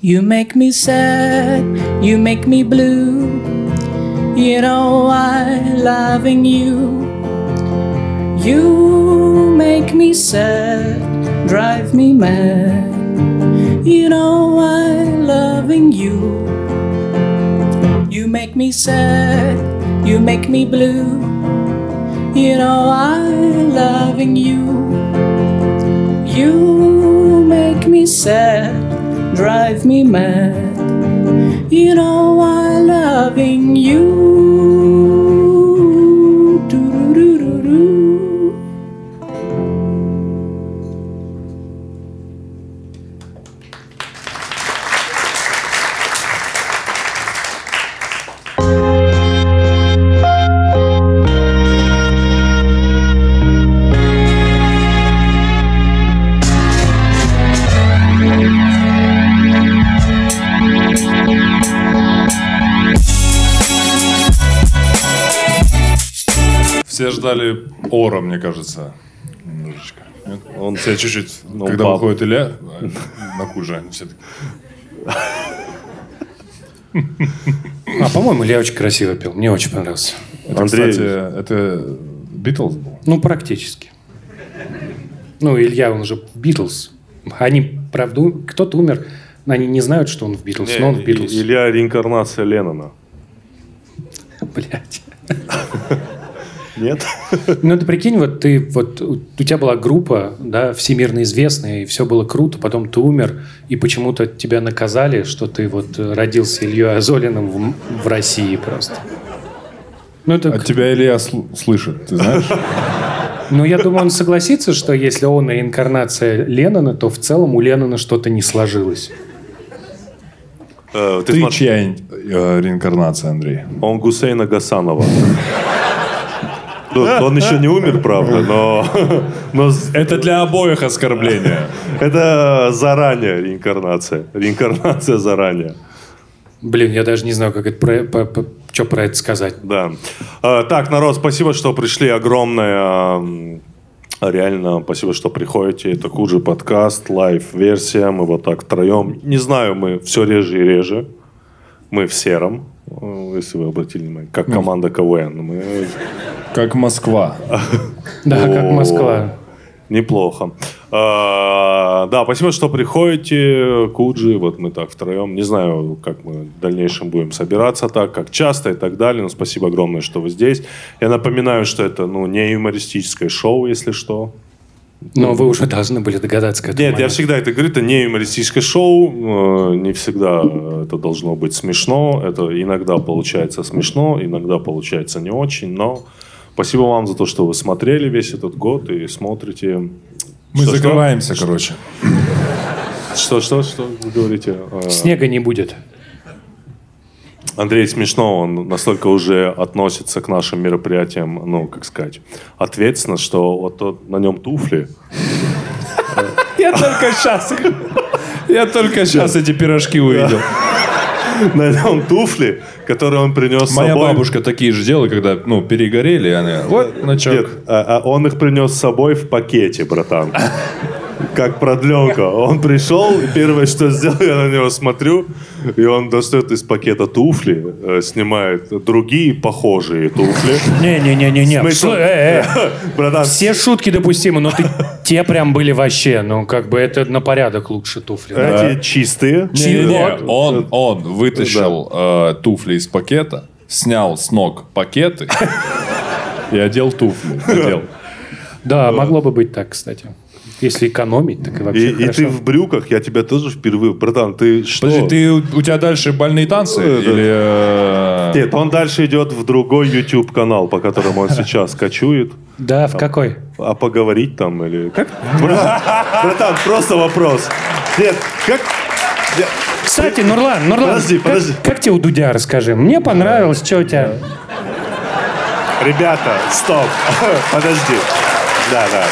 You make me sad, you make me blue. You know I loving you. You make me sad, drive me mad. You know I loving you. You make me sad, you make me blue. You know I loving you. You make me sad, drive me mad. You know I loving you. Doo-doo-doo-doo-doo. Все ждали Ора, мне кажется. Немножечко. Нет? Он Все чуть-чуть, Ну, когда баб. выходит Илья э, на куже, они все такие, А, по-моему, Илья очень красиво пел. Мне очень понравился. Это, Андрей- кстати, это Битлз был? Ну, практически. Ну, Илья, он же в Битлз. Они, правда, у- кто-то умер. Они не знают, что он в Битлз, Не, но он в и- Битлз. Илья реинкарнация Леннона. Блядь. Нет? Ну, ты прикинь, вот ты, вот у у тебя была группа, да, всемирно известная, и все было круто, потом ты умер, и почему-то тебя наказали, что ты вот э, родился Ильей Азолиным в, М- в России просто. Ну, это, А тебя Илья слу- слышит, ты знаешь? ну, я думаю, он согласится, что если он реинкарнация Леннона, то в целом у Леннона что-то не сложилось. Э, Ты Ты смотри, чья ин- э, реинкарнация, Андрей? он Гусейна Гасанова. Ну, Он еще не умер, правда, но... но с- Это для обоих оскорбление. Это заранее реинкарнация. Реинкарнация заранее. Блин, я даже не знаю, как это про, что про это сказать. Да. Э, Так, народ, спасибо, что пришли. Огромное эм, реально спасибо, что приходите. Это хуже подкаст, лайв-версия. Мы вот так втроем. Не знаю, мы все реже и реже. Мы в сером, э, если вы обратили внимание, как команда КВН. Мы Как Москва. Да, О. как Москва. Неплохо. А, Да, спасибо, что приходите, Куджи, вот мы так втроем. Не знаю, как мы в дальнейшем будем собираться так, как часто и так далее, но спасибо огромное, что вы здесь. Я напоминаю, что это, ну, не юмористическое шоу, если что. Но вы уже должны были догадаться к этому. Нет, я моменту. всегда это говорю, это не юмористическое шоу, э, не всегда это должно быть смешно, это иногда получается смешно, иногда получается не очень, но спасибо вам за то, что вы смотрели весь этот год и смотрите. ну, Мы Что-что? закрываемся, короче. Что, что, что вы говорите? Э, Снега не будет. Андрей смешно, он настолько уже относится к нашим мероприятиям, ну, как сказать, ответственно, что вот тот, на нем туфли. Я только сейчас. Я только сейчас эти пирожки увидел. На нем туфли, которые он принес с Моя собой. бабушка такие же делала, когда, ну, перегорели, и она, вот, Нет, значок. а- а он их принес с собой в пакете, братан. Как продленка. Он пришел, и первое, что сделал, я на него смотрю, и он достает из пакета туфли, э, снимает другие похожие туфли. Не-не-не-не-не. Смысл? Сл- э, э. Братан, Все шутки допустимы, но ты, те прям были вообще, ну, как бы это на порядок лучше туфли. да. эти чистые. Не-не-не, чего? Он, он вытащил э, туфли из пакета, снял с ног пакеты и одел туфли. Надел. Да, могло бы быть так, кстати. Если экономить, так и э. И, вообще и хорошо. ты в брюках, я тебя тоже впервые... Братан, ты что? Подожди, ты, у тебя дальше больные танцы? Ну, Э, да. Или... э, Нет, он дальше идет в другой YouTube-канал, по которому он сейчас кочует. Да, в какой? А поговорить там или... Как? Бра- Братан, просто вопрос. Нет, как... Я- Кстати, Нурлан, Нурлан, Подожди, как, подожди. как тебе у Дудя, расскажи? Мне понравилось, что у тебя? Ребята, стоп. Подожди. Да, да.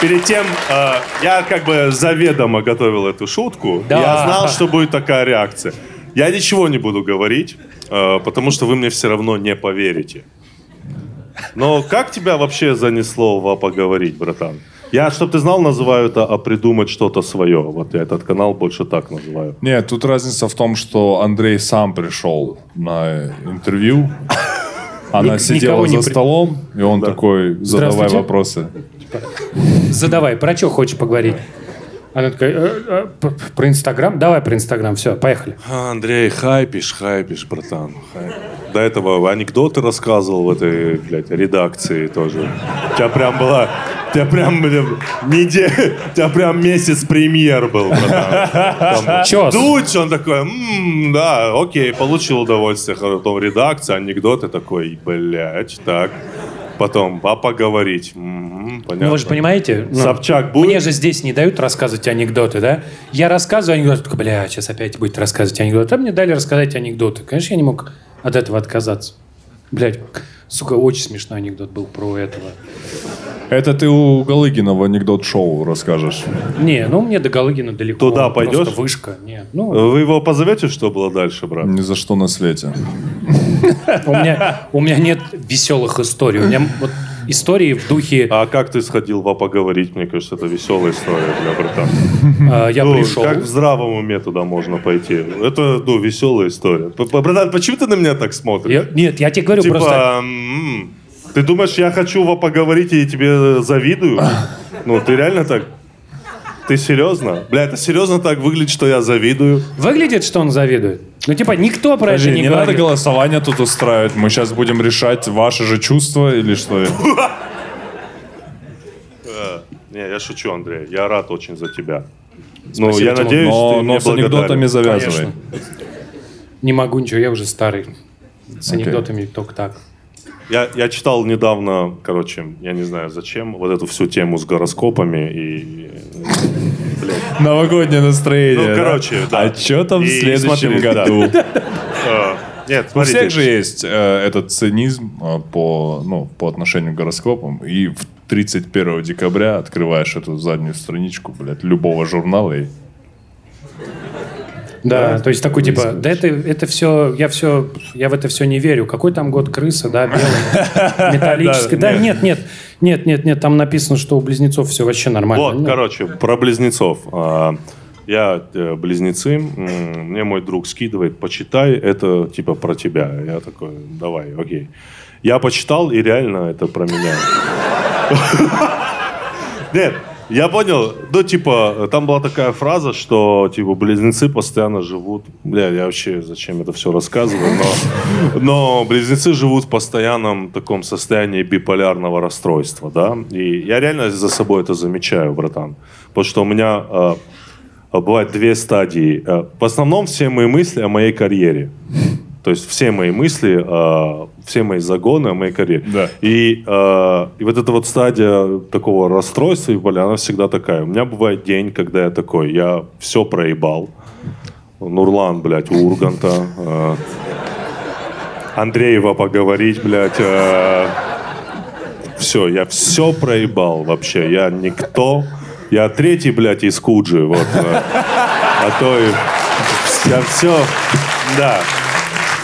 Перед тем, э, я как бы заведомо готовил эту шутку. Да. Я знал, что будет такая реакция. Я ничего не буду говорить, э, потому что вы мне все равно не поверите. Но как тебя вообще занесло в «А поговорить, братан? Я, чтобы ты знал, называю это «А придумать что-то свое». Вот я этот канал больше так называю. Нет, тут разница в том, что Андрей сам пришел на интервью. Она Ник- сидела никого не за при- столом, и он такой, задавай Здравствуйте. вопросы. Задавай, про что хочешь поговорить? Она такая, «Э, э, п- про Инстаграм? Давай про Инстаграм, все, поехали. А, Андрей, хайпишь, хайпишь, братан. хайпишь. До этого анекдоты рассказывал в этой, блядь, редакции тоже. У тебя прям была... У тебя прям, блин, неделя... У тебя прям месяц премьер был, братан. Там Чёс. Дудь, он такой, «М, да, окей, получил удовольствие. Хоро- Потом редакция, анекдоты такой, блядь, так. Потом, а поговорить. Мгм, понятно. Ну, вы же понимаете? ну, Собчак будет? Мне же здесь не дают рассказывать анекдоты, да? Я рассказываю анекдоты, только, бля, сейчас опять будет рассказывать анекдоты. А мне дали рассказать анекдоты. Конечно, я не мог от этого отказаться. Блядь, сука, очень смешной анекдот был про этого. Это ты у Галыгина в анекдот-шоу расскажешь. Не, ну мне до Галыгина далеко. Туда Э, Он просто пойдешь? вышка. Нет, ну, Вы его позовете, что было дальше, брат? Ни за что на свете. у меня, у меня нет веселых историй. У меня вот истории в духе э, А как ты сходил во поговорить? Мне кажется, это веселая история для брата. э, «я Ну, пришел». Как к здравому методу можно пойти? Это, ну, веселая история. П- п- Братан, почему ты на меня так смотришь? Я- нет, я тебе говорю Типа, просто... м, ты думаешь, я хочу во поговорить и тебе завидую? Ну, ты реально так... Ты серьезно? Бля, это серьезно так выглядит, что я завидую? Выглядит, что он завидует. Ну, типа, никто про это Подожди, не, не говорит. надо голосование тут устраивать. Мы сейчас будем решать ваши же чувства или что. Не, я шучу, Андрей. Я рад очень за тебя. ну, я Тимур. надеюсь, но, ты но мне с анекдотами благодарен. завязывай. Конечно. Не могу ничего, я уже старый. С анекдотами только так. Я, я читал недавно, короче, я не знаю зачем, вот эту всю тему с гороскопами и... Новогоднее настроение. да? Ну, короче, да. А что там в И следующем смотри, да. году? э, Нет, У всех же смотрите. есть э, этот цинизм э, по, ну, по отношению к гороскопам. И в 31 декабря открываешь эту заднюю страничку, блядь, любого журнала. И... Да, то есть такой типа, да это, это все, я все, я в это все не верю. Какой там год крыса, да, белый, металлический. Да, нет, нет, нет, нет, нет, там написано, что у близнецов все вообще нормально. Вот, Ну, короче, про близнецов. А, Я э, близнецы, м, мне мой друг скидывает, почитай, это типа про тебя. Я такой, давай, окей. Я почитал, и реально это про меня. Нет, я понял. Ну, типа, там была такая фраза, что, типа, близнецы постоянно живут... Бля, я вообще зачем это все рассказываю, но... Но близнецы живут в постоянном таком состоянии биполярного расстройства, да? И я реально за собой это замечаю, братан. Потому что у меня э, бывают две стадии. Э, В основном все мои мысли о моей карьере. То есть все мои мысли, э, все мои загоны о моей карьере. Да. И, э, и вот эта вот стадия такого расстройства и боли, она всегда такая. У меня бывает день, когда я такой, я все проебал. Нурлан, блядь, у Урганта. э, Андреева поговорить, блядь. все, я все проебал вообще. Я никто. Я третий, блядь, из Куджи. Вот, э. а то и... Я все... Да.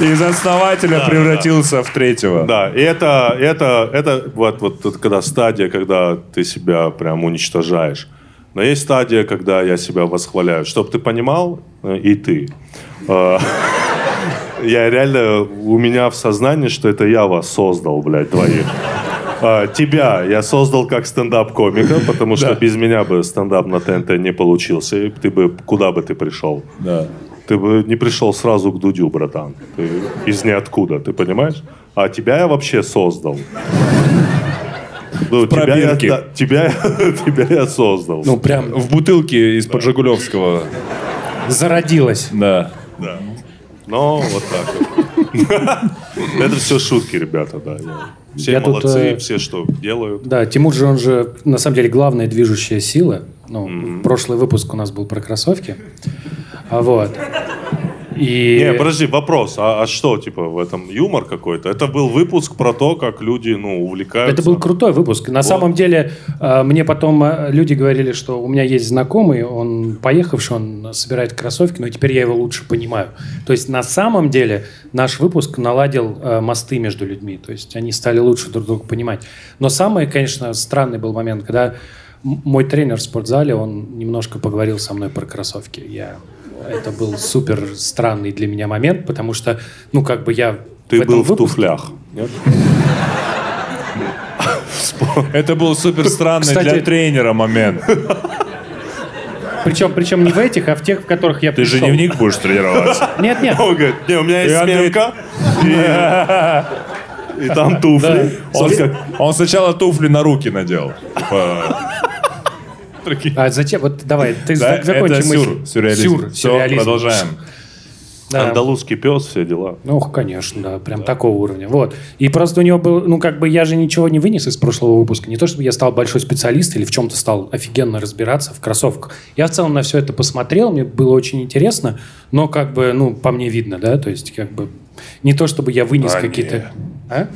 Из основателя превратился в третьего. Да, и это, это, это вот, вот тут когда стадия, когда ты себя прям уничтожаешь. Но есть стадия, когда я себя восхваляю. Чтоб ты понимал, э, и ты. Э, Я реально, у меня в сознании, что это я вас создал, блядь, двоих. Э, Тебя я создал как стендап-комика, потому что без меня бы стендап на ТНТ не получился. И ты бы, куда бы ты пришел? Да. Ты бы не пришел сразу к Дудю, братан. Ты из ниоткуда, ты понимаешь? А тебя я вообще создал. Ну, тебя, я, пробирке. да, тебя, тебя я создал. Ну, прям В бутылке из-под Жигулевского. зародилось. Да. Но вот так вот. Это все шутки, ребята, да. я- Все Я тут, молодцы, э, все что делают. Да, Тимур же, он же, на самом деле, главная движущая сила. Ну, прошлый выпуск у нас был про кроссовки. А вот. И... Не, подожди, вопрос. А, а что, типа, в этом юмор какой-то? Это был выпуск про то, как люди, ну, увлекаются. Это был крутой выпуск. На самом деле, э, мне потом э, люди говорили, что у меня есть знакомый, он поехавший, он собирает кроссовки, но теперь я его лучше понимаю. То есть, на самом деле, наш выпуск наладил э, мосты между людьми. То есть, они стали лучше друг друга понимать. Но самый, конечно, странный был момент, когда М- Мой тренер в спортзале, он немножко поговорил со мной про кроссовки. Я... Это был супер странный для меня момент, потому что, ну, как бы я... Ты этом был в выпуске- туфлях. нет? Это был супер странный Кстати- для тренера момент. Причем, причем не в этих, а в тех, в которых я Ты же пришел. не в них будешь тренироваться. Нет, нет. Он говорит, не, у меня И есть Андрей- сменка. И и там туфли. Он, Он как, он сначала туфли на руки надел. Типа, А зачем? Вот давай, ты да, зак- закончи это мысль. сюр, сюрреализм. Сюр, Все, сюрреализм. продолжаем. Да. Андалузский пес, все дела. Ну, конечно, да, прям такого уровня. Вот. И просто у него был, ну, как бы я же ничего не вынес из прошлого выпуска. Не то, чтобы я стал большой специалист или в чем-то стал офигенно разбираться в кроссовках. Я в целом на все это посмотрел, мне было очень интересно, но как бы, ну, по мне видно, да, то есть как бы не то, чтобы я вынес Да какие-то... А?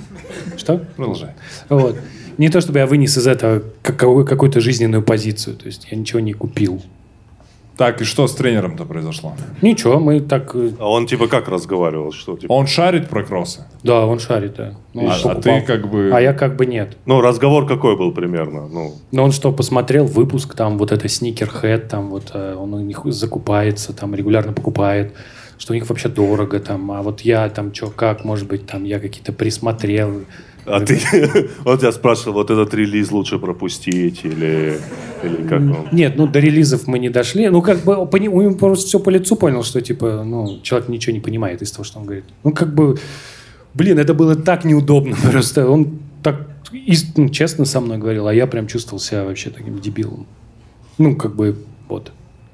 Что? Продолжай. Вот. Не то, чтобы я вынес из этого каковую- какую-то жизненную позицию. То есть я ничего не купил. Так, и что с тренером-то произошло? Ничего, мы так... э, А он типа как разговаривал? Что, типа, Он шарит про кроссы? Да, он шарит, да. Ну, А- он а покупал. ты как бы- А я как бы нет. ну, разговор какой был примерно? Ну, Но он что, посмотрел выпуск, там вот это Sneakerhead, там вот э, он у них закупается, там регулярно покупает, что у них вообще дорого, там, а вот я там что, как, может быть, там я какие-то присмотрел. а ты... Вот я спрашивал, вот этот релиз лучше пропустить или... Или как он? Нет, ну до релизов мы не дошли. Ну, как бы пони- он просто все по лицу понял, что типа, ну, человек ничего не понимает из того, что он говорит. Ну, как бы, блин, это было так неудобно. Просто он так ис- ну, честно со мной говорил, а я прям чувствовал себя вообще таким дебилом. Ну, как бы, вот.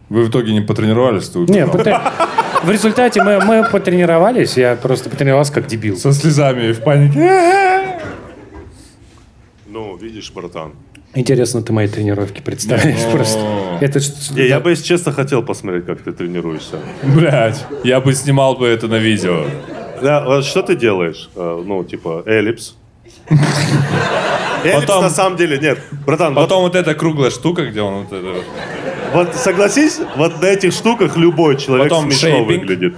Вы в итоге не потренировались? Ты Не, убежал. потре- в результате мы, мы потренировались, я просто потренировался как дебил. Со слезами и в панике. Ну, видишь, братан. Интересно, ты мои тренировки представляешь Не, ну- просто. Это ж- Не, я бы, если честно, хотел посмотреть, как ты тренируешься. Блять, я бы снимал бы это на видео. Да, а что ты делаешь? Э, Ну, типа, эллипс. Эллипс Потом- на самом деле нет. Братан, вот- Потом вот эта круглая штука, где он вот это... вот. вот согласись, вот на этих штуках любой человек Потом смешно шейпинг. выглядит.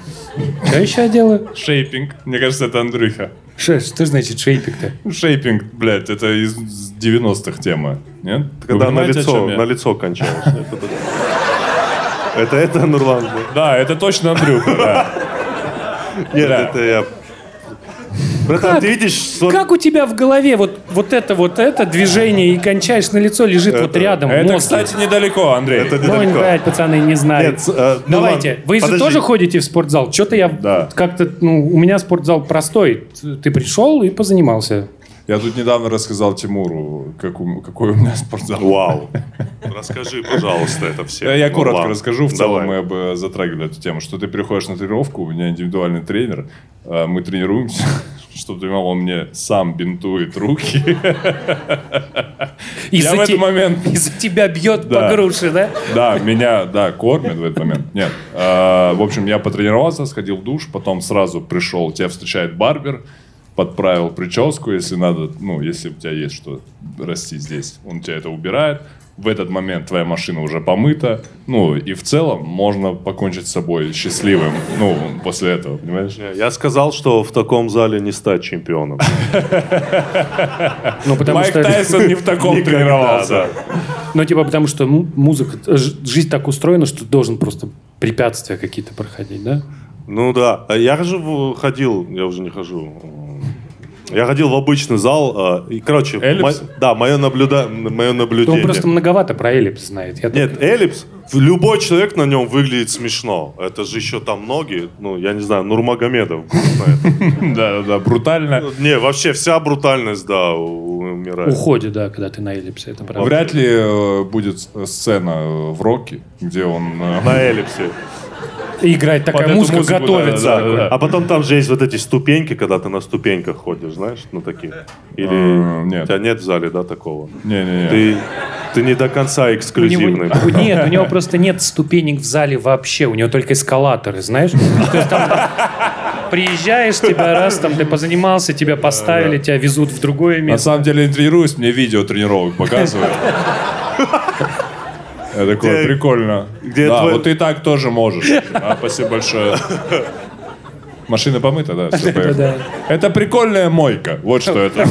Что еще я делаю? Шейпинг. Мне кажется, это Андрюха. Ну, Ше- Что значит шейпик-то? Шейпинг, блядь, это из 90-х тема. Нет? Вы Когда на понимаете, о лицо, чем я? на лицо кончаешь. Это тут- Это это Нурлан. был. Да, это точно Андрюха, да. Нет, Да. это я. Братан, Как? ты видишь, вот- Как у тебя в голове вот, вот это вот это движение и кончаешь на лицо лежит вот рядом в Это, мозге? кстати, недалеко, Андрей. Это Ну, недалеко. блядь, пацаны, не знаю. Нет, с- э, ну Давайте. ладно, Вы же подожди. тоже ходите в спортзал? Что-то я Да. как-то... Ну, у меня спортзал простой. Т- Ты пришел и позанимался. Я тут недавно рассказал Тимуру, как у- какой у меня спортзал. Вау. Расскажи, пожалуйста, это все. Я, я коротко расскажу. В целом ну мы Давай. бы затрагивали эту тему, что ты приходишь на тренировку, у меня индивидуальный тренер, э, мы тренируемся, чтобы ты понимал, он мне сам бинтует руки. Я Из-за в те- этот момент... Из-за тебя бьет Да. по груши, да? Да, меня, да, кормят в этот момент. Нет. э, В общем, я потренировался, сходил в душ, потом сразу пришел, тебя встречает барбер, подправил прическу, если надо, ну, если у тебя есть что расти здесь, он тебя это убирает. В этот момент твоя машина уже помыта. Ну, и в целом можно покончить с собой счастливым, ну, после этого, понимаешь? Не, Я сказал, что в таком зале не стать чемпионом. Ну, потому Майк что... Тайсон не в таком Никогда, тренировался. Ну, типа, потому что м- музыка... э, ж- Жизнь так устроена, что ты должен просто препятствия какие-то проходить, да? Ну да, А я же в- ходил, я уже не хожу. Я ходил в обычный зал, э, и, короче, Эллипс? мо- да, мое, наблюда... мое То он наблюдение. просто многовато про эллипс знает. Я Нет, эллипс, в- любой человек на нем выглядит смешно. Это же еще там ноги, ну, я не знаю, Нурмагомедов. грустно Да, да, брутально. это. Не, вообще вся брутальность, да, у- только умирает. уходе, да, когда ты на эллипсе, это правда. Вряд ли э, будет с- сцена э, в Рокке, где он... э, На эллипсе. И играет такая эту музыка, музыку, готовится. Да, да, да. А потом там же есть вот эти ступеньки, когда ты на ступеньках ходишь, знаешь, ну такие. Или Э, нет. у тебя нет в зале, да, такого? Не-не-не. Ты, ты не до Ну, конца У него- эксклюзивный. у- нет, у него просто нет ступенек в зале вообще. У него только эскалаторы, знаешь? То есть там приезжаешь, тебя раз, там ты позанимался, тебя поставили, тебя везут в другое На место. самом деле, я тренируюсь, мне видео тренировок показывают. Я такой, Где- прикольно. где да, твой- вот ты так тоже можешь. А, спасибо большое. Машина помыта, да, все, Да-да-да. поехали. Это прикольная мойка, вот что это.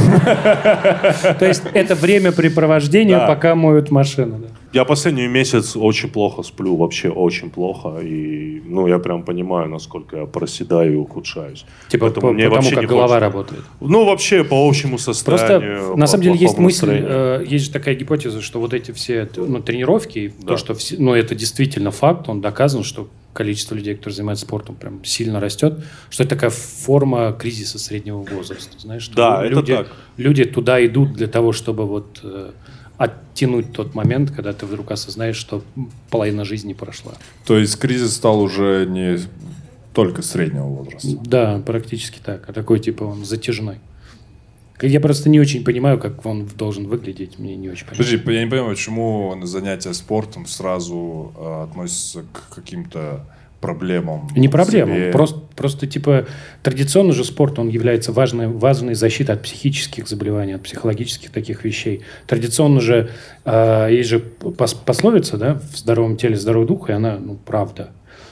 То есть это времяпрепровождение, Да. пока моют машину. да. Я последний месяц очень плохо сплю, вообще очень плохо. И, ну, я прям понимаю, насколько я проседаю и ухудшаюсь. Типа Поэтому по- мне потому вообще как не голова хочется. работает. Ну, вообще, по общему Просто состоянию. на по самом деле есть плохому мысль, настроению. э, есть же такая гипотеза, что вот эти все ну, тренировки, и то, что все- ну, это действительно факт, он доказан, что количество людей, которые занимаются спортом, прям сильно растет, что это такая форма кризиса среднего возраста, знаешь? что Да, это люди, так. Люди туда идут для того, чтобы вот э, оттянуть тот момент, когда ты вдруг осознаешь, что половина жизни прошла. То есть кризис стал уже не только среднего возраста. Да, практически так. А такой типа он затяжной. Я просто не очень понимаю, как он должен выглядеть. Мне не очень понятно. Подожди, я не понимаю, почему на занятия спортом сразу э, относятся к каким-то проблемам. Не в проблема. себе? Просто, просто, типа, традиционно же спорт, он является важной, важной защитой от психических заболеваний, от психологических таких вещей. Традиционно же э, есть же пос- пословица, да, в здоровом теле здоровый дух, и она, ну, правда.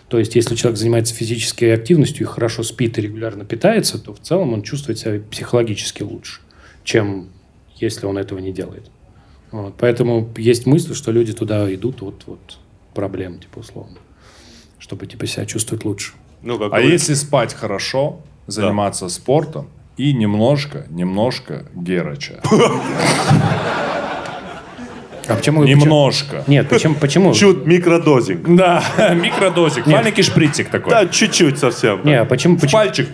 То есть, если человек занимается физической активностью и хорошо спит и регулярно питается, то в целом он чувствует себя психологически лучше, чем если он этого не делает. Вот. Поэтому есть мысль, что люди туда идут от вот, проблем, типа, условно чтобы типа себя чувствовать лучше. Ну, как А говорится, если спать хорошо, заниматься спортом и немножко, немножко герача. А почему? Немножко. Нет, почему? Почему? Чуть микродозинг. Да, микродозик, маленький шприцик такой. Да, чуть-чуть совсем. Не, а почему? почему Пальчик.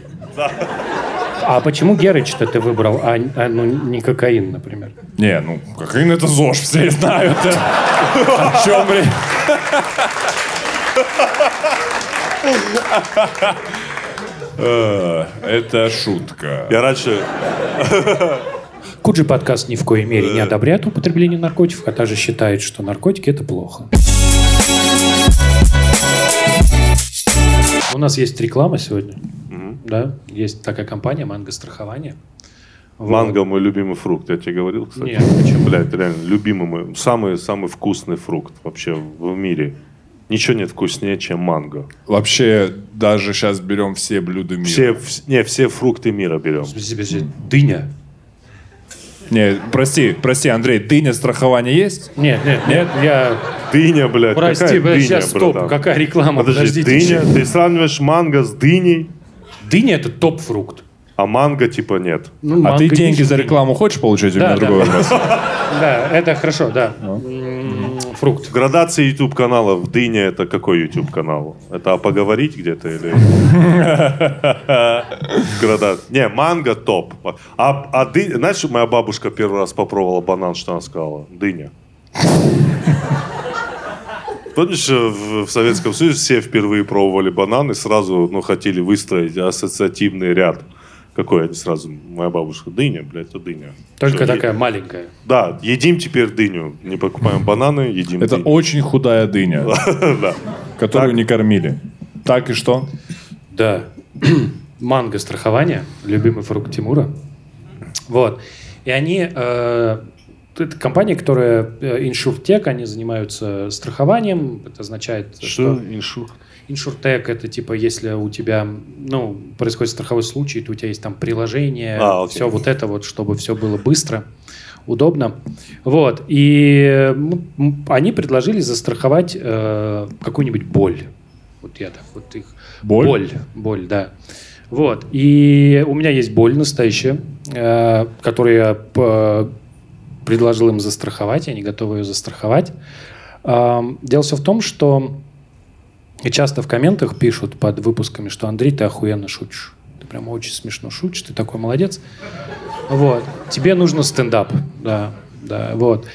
а почему Герыч-то ты выбрал, а, а, ну не кокаин, например? Не, ну, кокаин это ЗОЖ, все знают. О чем, блин? Э, Это шутка. Я раньше... Куджи подкаст ни в коей мере не Э. одобряет употребление наркотиков, а также считает, что наркотики это плохо. У нас есть реклама сегодня. Да, есть такая компания Манго страхование. Манго мой любимый фрукт, я тебе говорил, кстати. Нет, почему? Блядь, реально, любимый мой, самый, самый вкусный фрукт вообще в мире. Ничего нет вкуснее, чем манго. Вообще, даже сейчас берем все блюда мира. Все, вс- не, все фрукты мира берем. Подожди, подожди. Дыня. Не, прости, прости, Андрей, дыня страхование есть? Нет, нет, нет, я. Дыня, блядь, Прости, какая подожди, дыня, сейчас стоп. братан? Какая реклама? Подожди, Подождите, дыня, ты сравниваешь манго с дыней, Дыня это топ-фрукт. а манго типа нет. Ну, а ты манго деньги есть. за рекламу хочешь получать? У Да, меня да. другой вопрос. Да, это хорошо, да. М, Фрукт. Градация YouTube каналов. Дыня это какой YouTube канал? Это «А поговорить где-то или? Града- Не, манго топ. А, а дыня, знаешь, моя бабушка первый раз попробовала банан, что она сказала? Дыня. Помнишь, э, в, в Советском Союзе все впервые пробовали банан и сразу ну, хотели выстроить ассоциативный ряд. Какой они сразу? Моя бабушка, дыня, блядь, это дыня. Всё, Только е- такая маленькая. Да, едим теперь дыню. Не покупаем бананы, едим Это дыню. очень худая дыня, которую не кормили. Так и что? Да. Манго страхование, любимый фрукт Тимура. Вот. И они... э, это компания, которая э, иншуртек, они занимаются страхованием. Это означает, Что? Иншу? Иншуртек это типа, если у тебя, ну, происходит страховой случай, то у тебя есть там приложение, А, окей. все вот это вот, чтобы все было быстро, удобно. Вот. И м, м, они предложили застраховать э, какую-нибудь боль. Вот я так вот их... Боль? Боль, боль, да. Вот. И у меня есть боль настоящая, э, которую я п- предложил им застраховать, и они готовы ее застраховать. Эм, Дело все в том, что и часто в комментах пишут под выпусками, что Андрей, ты охуенно шутишь. Ты прям очень смешно шутишь, ты такой молодец. Вот. Тебе нужно стендап. Да, да, вот.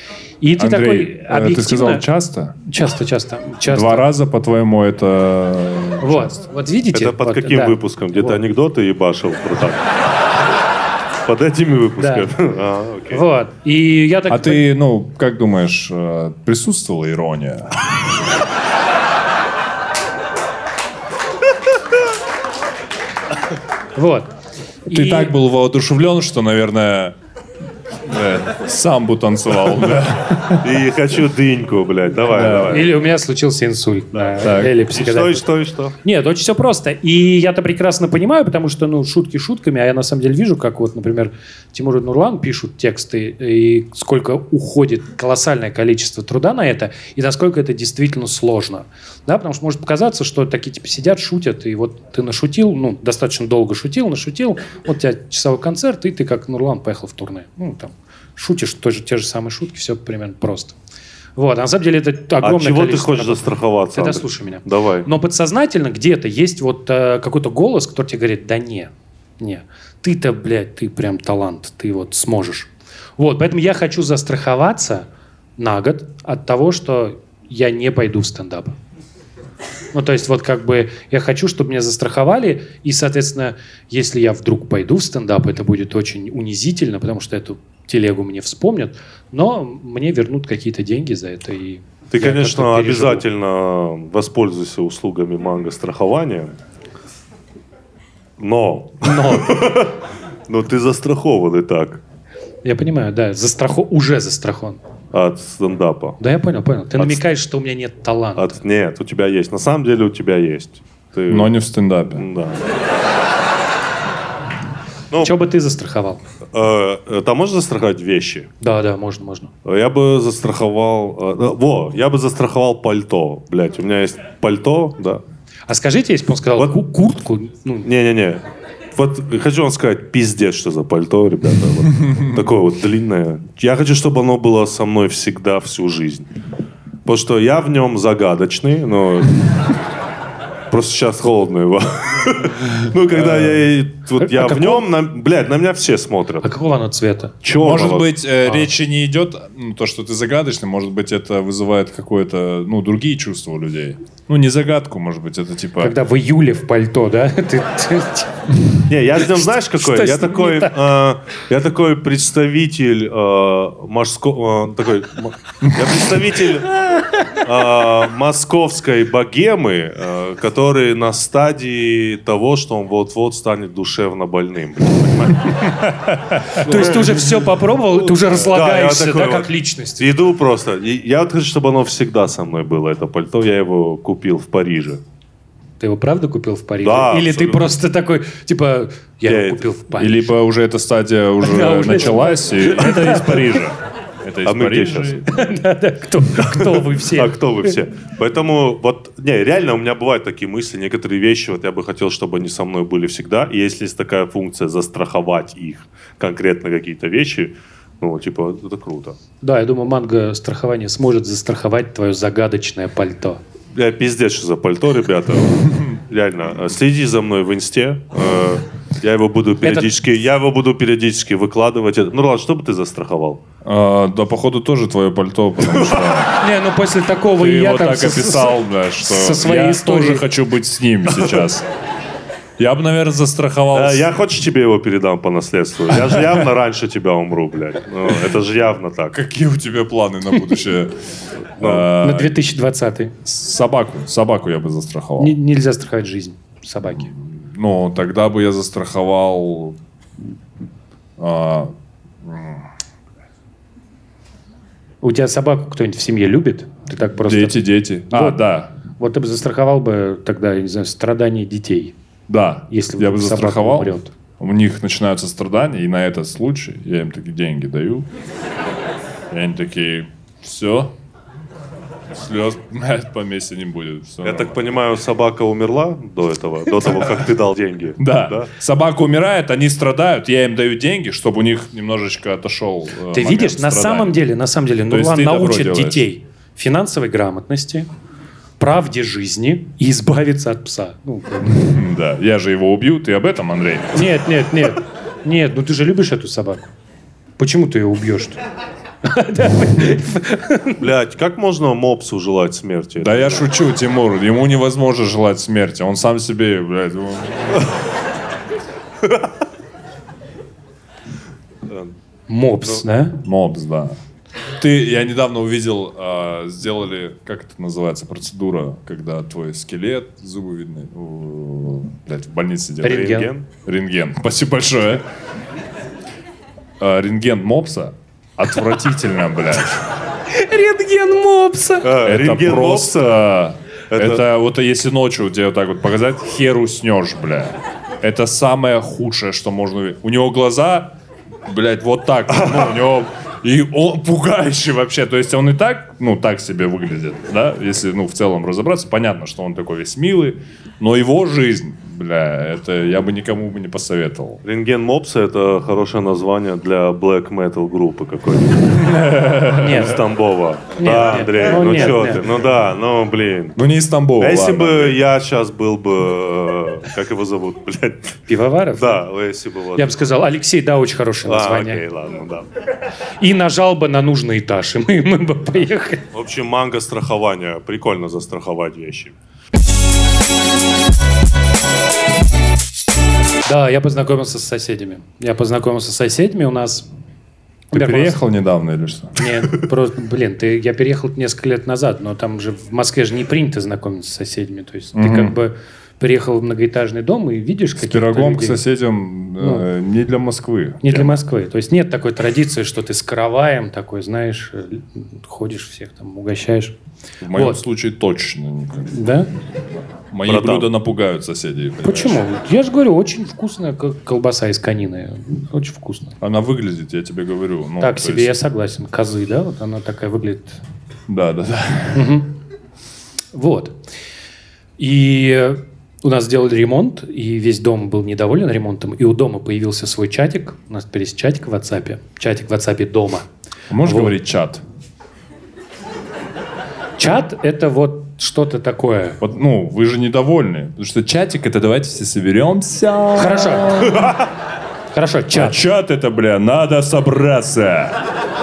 И ты Андрей, такой э, ты сказал объективно- часто? часто, часто, часто. Два раза, по-твоему, это... Вот, вот видите? Это под Вот, каким да. выпуском? Где-то Вот. анекдоты ебашил, братан? Под этими выпусками? А, окей. Вот. И я так... А ты, ну, как думаешь, э, присутствовала ирония? Вот. Ты И- так был воодушевлен, что, наверное, Да. э, Сам бы танцевал, да. И хочу дыньку, блядь. Давай, давай. Или у меня случился инсульт. да, так. Или И что, и психоделия. что, и что? Нет, очень все просто. И я это прекрасно понимаю, потому что, ну, шутки шутками, а я на самом деле вижу, как вот, например, Тимур и Нурлан пишут тексты, и сколько уходит колоссальное количество труда на это, и насколько это действительно сложно. Да, потому что может показаться, что такие типа сидят, шутят, и вот ты нашутил, ну, достаточно долго шутил, нашутил, вот у тебя часовой концерт, и ты как Нурлан поехал в турне. Ну, там, шутишь тоже те же самые шутки, все примерно просто. Вот, а на самом деле это огромное От чего ты количество хочешь работы. застраховаться? Тогда Андрей? слушай меня. Давай. Но подсознательно где-то есть вот э, какой-то голос, который тебе говорит, да не, не, ты-то, блядь, ты прям талант, ты вот сможешь. Вот, поэтому я хочу застраховаться на год от того, что я не пойду в стендап. Ну, то есть вот как бы я хочу, чтобы меня застраховали, и, соответственно, если я вдруг пойду в стендап, это будет очень унизительно, потому что эту телегу мне вспомнят, но мне вернут какие-то деньги за это. И Ты, я как-то конечно, переживу. обязательно воспользуйся услугами манго страхования. Но. Но ты застрахован и так Я понимаю, да, застрахо... уже застрахован. от стендапа. Да, я понял, понял. Ты От- намекаешь, что у меня нет таланта. От... Нет, у тебя есть. На самом деле у тебя есть. Ты... Но не в стендапе. Да. Чего бы ты застраховал? Э, э, там можно застраховать вещи? Да, да, можно, можно. Я бы застраховал... э, да, во, я бы застраховал пальто. Блять, у меня есть пальто, да. А скажите, если бы он сказал Вот- «Ку- куртку, ну, Не-не-не. Вот хочу вам сказать, пиздец, что за пальто, ребята. Вот. Такое вот длинное. Я хочу, чтобы оно было со мной всегда, всю жизнь. Потому что я в нем загадочный, но... Просто сейчас холодно его. Ну, Э, когда я... и- а Вот я в нем... на- Блядь, на меня все а смотрят. какого оно цвета? Черного. Может быть, э, А. речи не идет, ну, то, что ты загадочный, может быть, это вызывает какое-то, ну, другие чувства у людей. Ну, не загадку, может быть, это типа... Когда в июле в пальто, да? Ты- ты- Не, я с ним, знаешь, какой? что Я с ним такой, не так? э, я такой представитель э, морского, э, такой, м- я представитель э, московской богемы, э, который на стадии того, что он вот-вот станет душевно больным. То есть ты уже все попробовал, ты уже я разлагаешься, такой да, как вот. личность. Иду просто. И я вот хочу, чтобы оно всегда со мной было, это пальто. Я его купил в Париже. Ты его правда купил в Париже? Да, Или ты абсолютно. просто такой, типа, я, Я его это- купил в Париже? Или по- уже эта стадия уже Да, уже началась, и это из Парижа. Это из А мы где Парижа. щас? Да-да, кто, кто вы все? А кто вы все? Поэтому вот, не, реально у меня бывают такие мысли, некоторые вещи, вот я бы хотел, чтобы они со мной были всегда. И если есть такая функция застраховать их, конкретно какие-то вещи, ну, типа, это круто. Да, я думаю, манго страхование сможет застраховать твое загадочное пальто. Я пиздец, что за пальто, ребята. Реально, э, следи за мной в инсте. Э, Я его буду периодически, я его буду периодически выкладывать. Это- Ну, ладно, что бы ты застраховал? А, да, походу, тоже твое пальто, потому что Не, ну после такого ты и я его там так со- описал, да, что со своей я историей. тоже хочу быть с ними сейчас. Я бы, наверное, застраховал... Э, с- Я хочешь тебе его передам по наследству? Я же явно раньше тебя умру, блядь. Ну, это же явно так. Какие у тебя планы на будущее? На А, 2020 Собаку. Собаку я бы застраховал. Н- нельзя страховать жизнь собаки. Ну, тогда бы я застраховал... а, У тебя собаку кто-нибудь в семье любит? Ты так просто... Дети, дети. А, Вот. да. Вот ты бы застраховал бы тогда, я не знаю, страдания детей. Да. Если я вдруг бы собака застраховал. умрет. У них начинаются страдания, и на этот случай я им такие деньги даю. И они такие, все, слез блядь, по месяцу не будет. всё Я так нормально». понимаю, собака умерла до этого, до того, как ты дал деньги. Да. собака умирает, они страдают, я им даю деньги, чтобы у них немножечко отошел. э, Ты момент видишь, на страданий. самом деле, на самом деле, есть Нурлан ты добро научит делаешь. детей финансовой грамотности, правде жизни и избавиться от пса. Ну, как бы. Да, я же его убью, ты об этом, Андрей? Нет, нет, нет. Нет, ну ты же любишь эту собаку. Почему ты ее убьешь-то? Блять, как можно мопсу желать смерти? Да я шучу, Тимур, ему невозможно желать смерти, он сам себе, блядь, он- Мопс, Ну. да? Мопс, да. Ты, я недавно увидел, а, сделали, как это называется, процедура, когда твой скелет, зубы видны. У, Блядь, в больнице делали. Рентген. Рентген. Спасибо большое. А, Рентген мопса. Отвратительно, блядь. Рентген мопса. А, Это рентген мозга. просто... Это... Это- вот если ночью тебе вот так вот показать, хер уснешь, бля. Это самое худшее, что можно увидеть. У него глаза, блядь, вот так. вот, ну, у него... И он пугающий вообще. То есть он и так, ну, так себе выглядит, да? Если, ну, в целом разобраться, понятно, что он такой весь милый. Но его жизнь, бля, это я бы никому бы не посоветовал. Рентген мопса это хорошее название для black metal группы какой-нибудь из Нет. Тамбова. Нет, да, нет. Андрей, Ну, ну, нет, чё нет. ты? Ну да, ну блин. Ну, не из Тамбова, А если ладно. бы я сейчас был бы, э, как его зовут, блядь, Пивоваров? да, а если бы вот. Я бы сказал, Алексей, да, очень хорошее а, название. окей, ладно, да. И нажал бы на нужный этаж, и мы, мы бы поехали. В общем, манго страхования. Прикольно застраховать вещи. Да, я познакомился с соседями. Я познакомился с соседями, у нас... Ты Например, у нас- переехал недавно или что? Нет, просто, блин, ты, я переехал несколько лет назад, но там же в Москве же не принято знакомиться с соседями. То есть ты Мгм. как бы приехал в многоэтажный дом и видишь С каких-то пирогом к людей. соседям э, не для Москвы. Не для Москвы. То есть нет такой традиции, что ты с караваем такой, знаешь, э, ходишь всех там, угощаешь. В моем Вот. случае точно никак. Да? Мои Продам. блюда напугают соседей. понимаешь? Почему? Я же говорю, очень вкусная к- колбаса из конины. Очень вкусно. Она выглядит, я тебе говорю. Ну, так то себе, я есть- согласен. Козы, да? Вот она такая выглядит. Да, да, да. Вот. И у нас сделали ремонт, и весь дом был недоволен ремонтом. И у дома появился свой чатик. У нас теперь есть чатик в WhatsApp. Чатик в WhatsApp дома. Можешь Вот. говорить чат? Чат — это вот что-то такое. Вот, ну, вы же недовольны. Потому что чатик это давайте все соберемся. Хорошо. Хорошо, А чат. чат это, бля, надо собраться.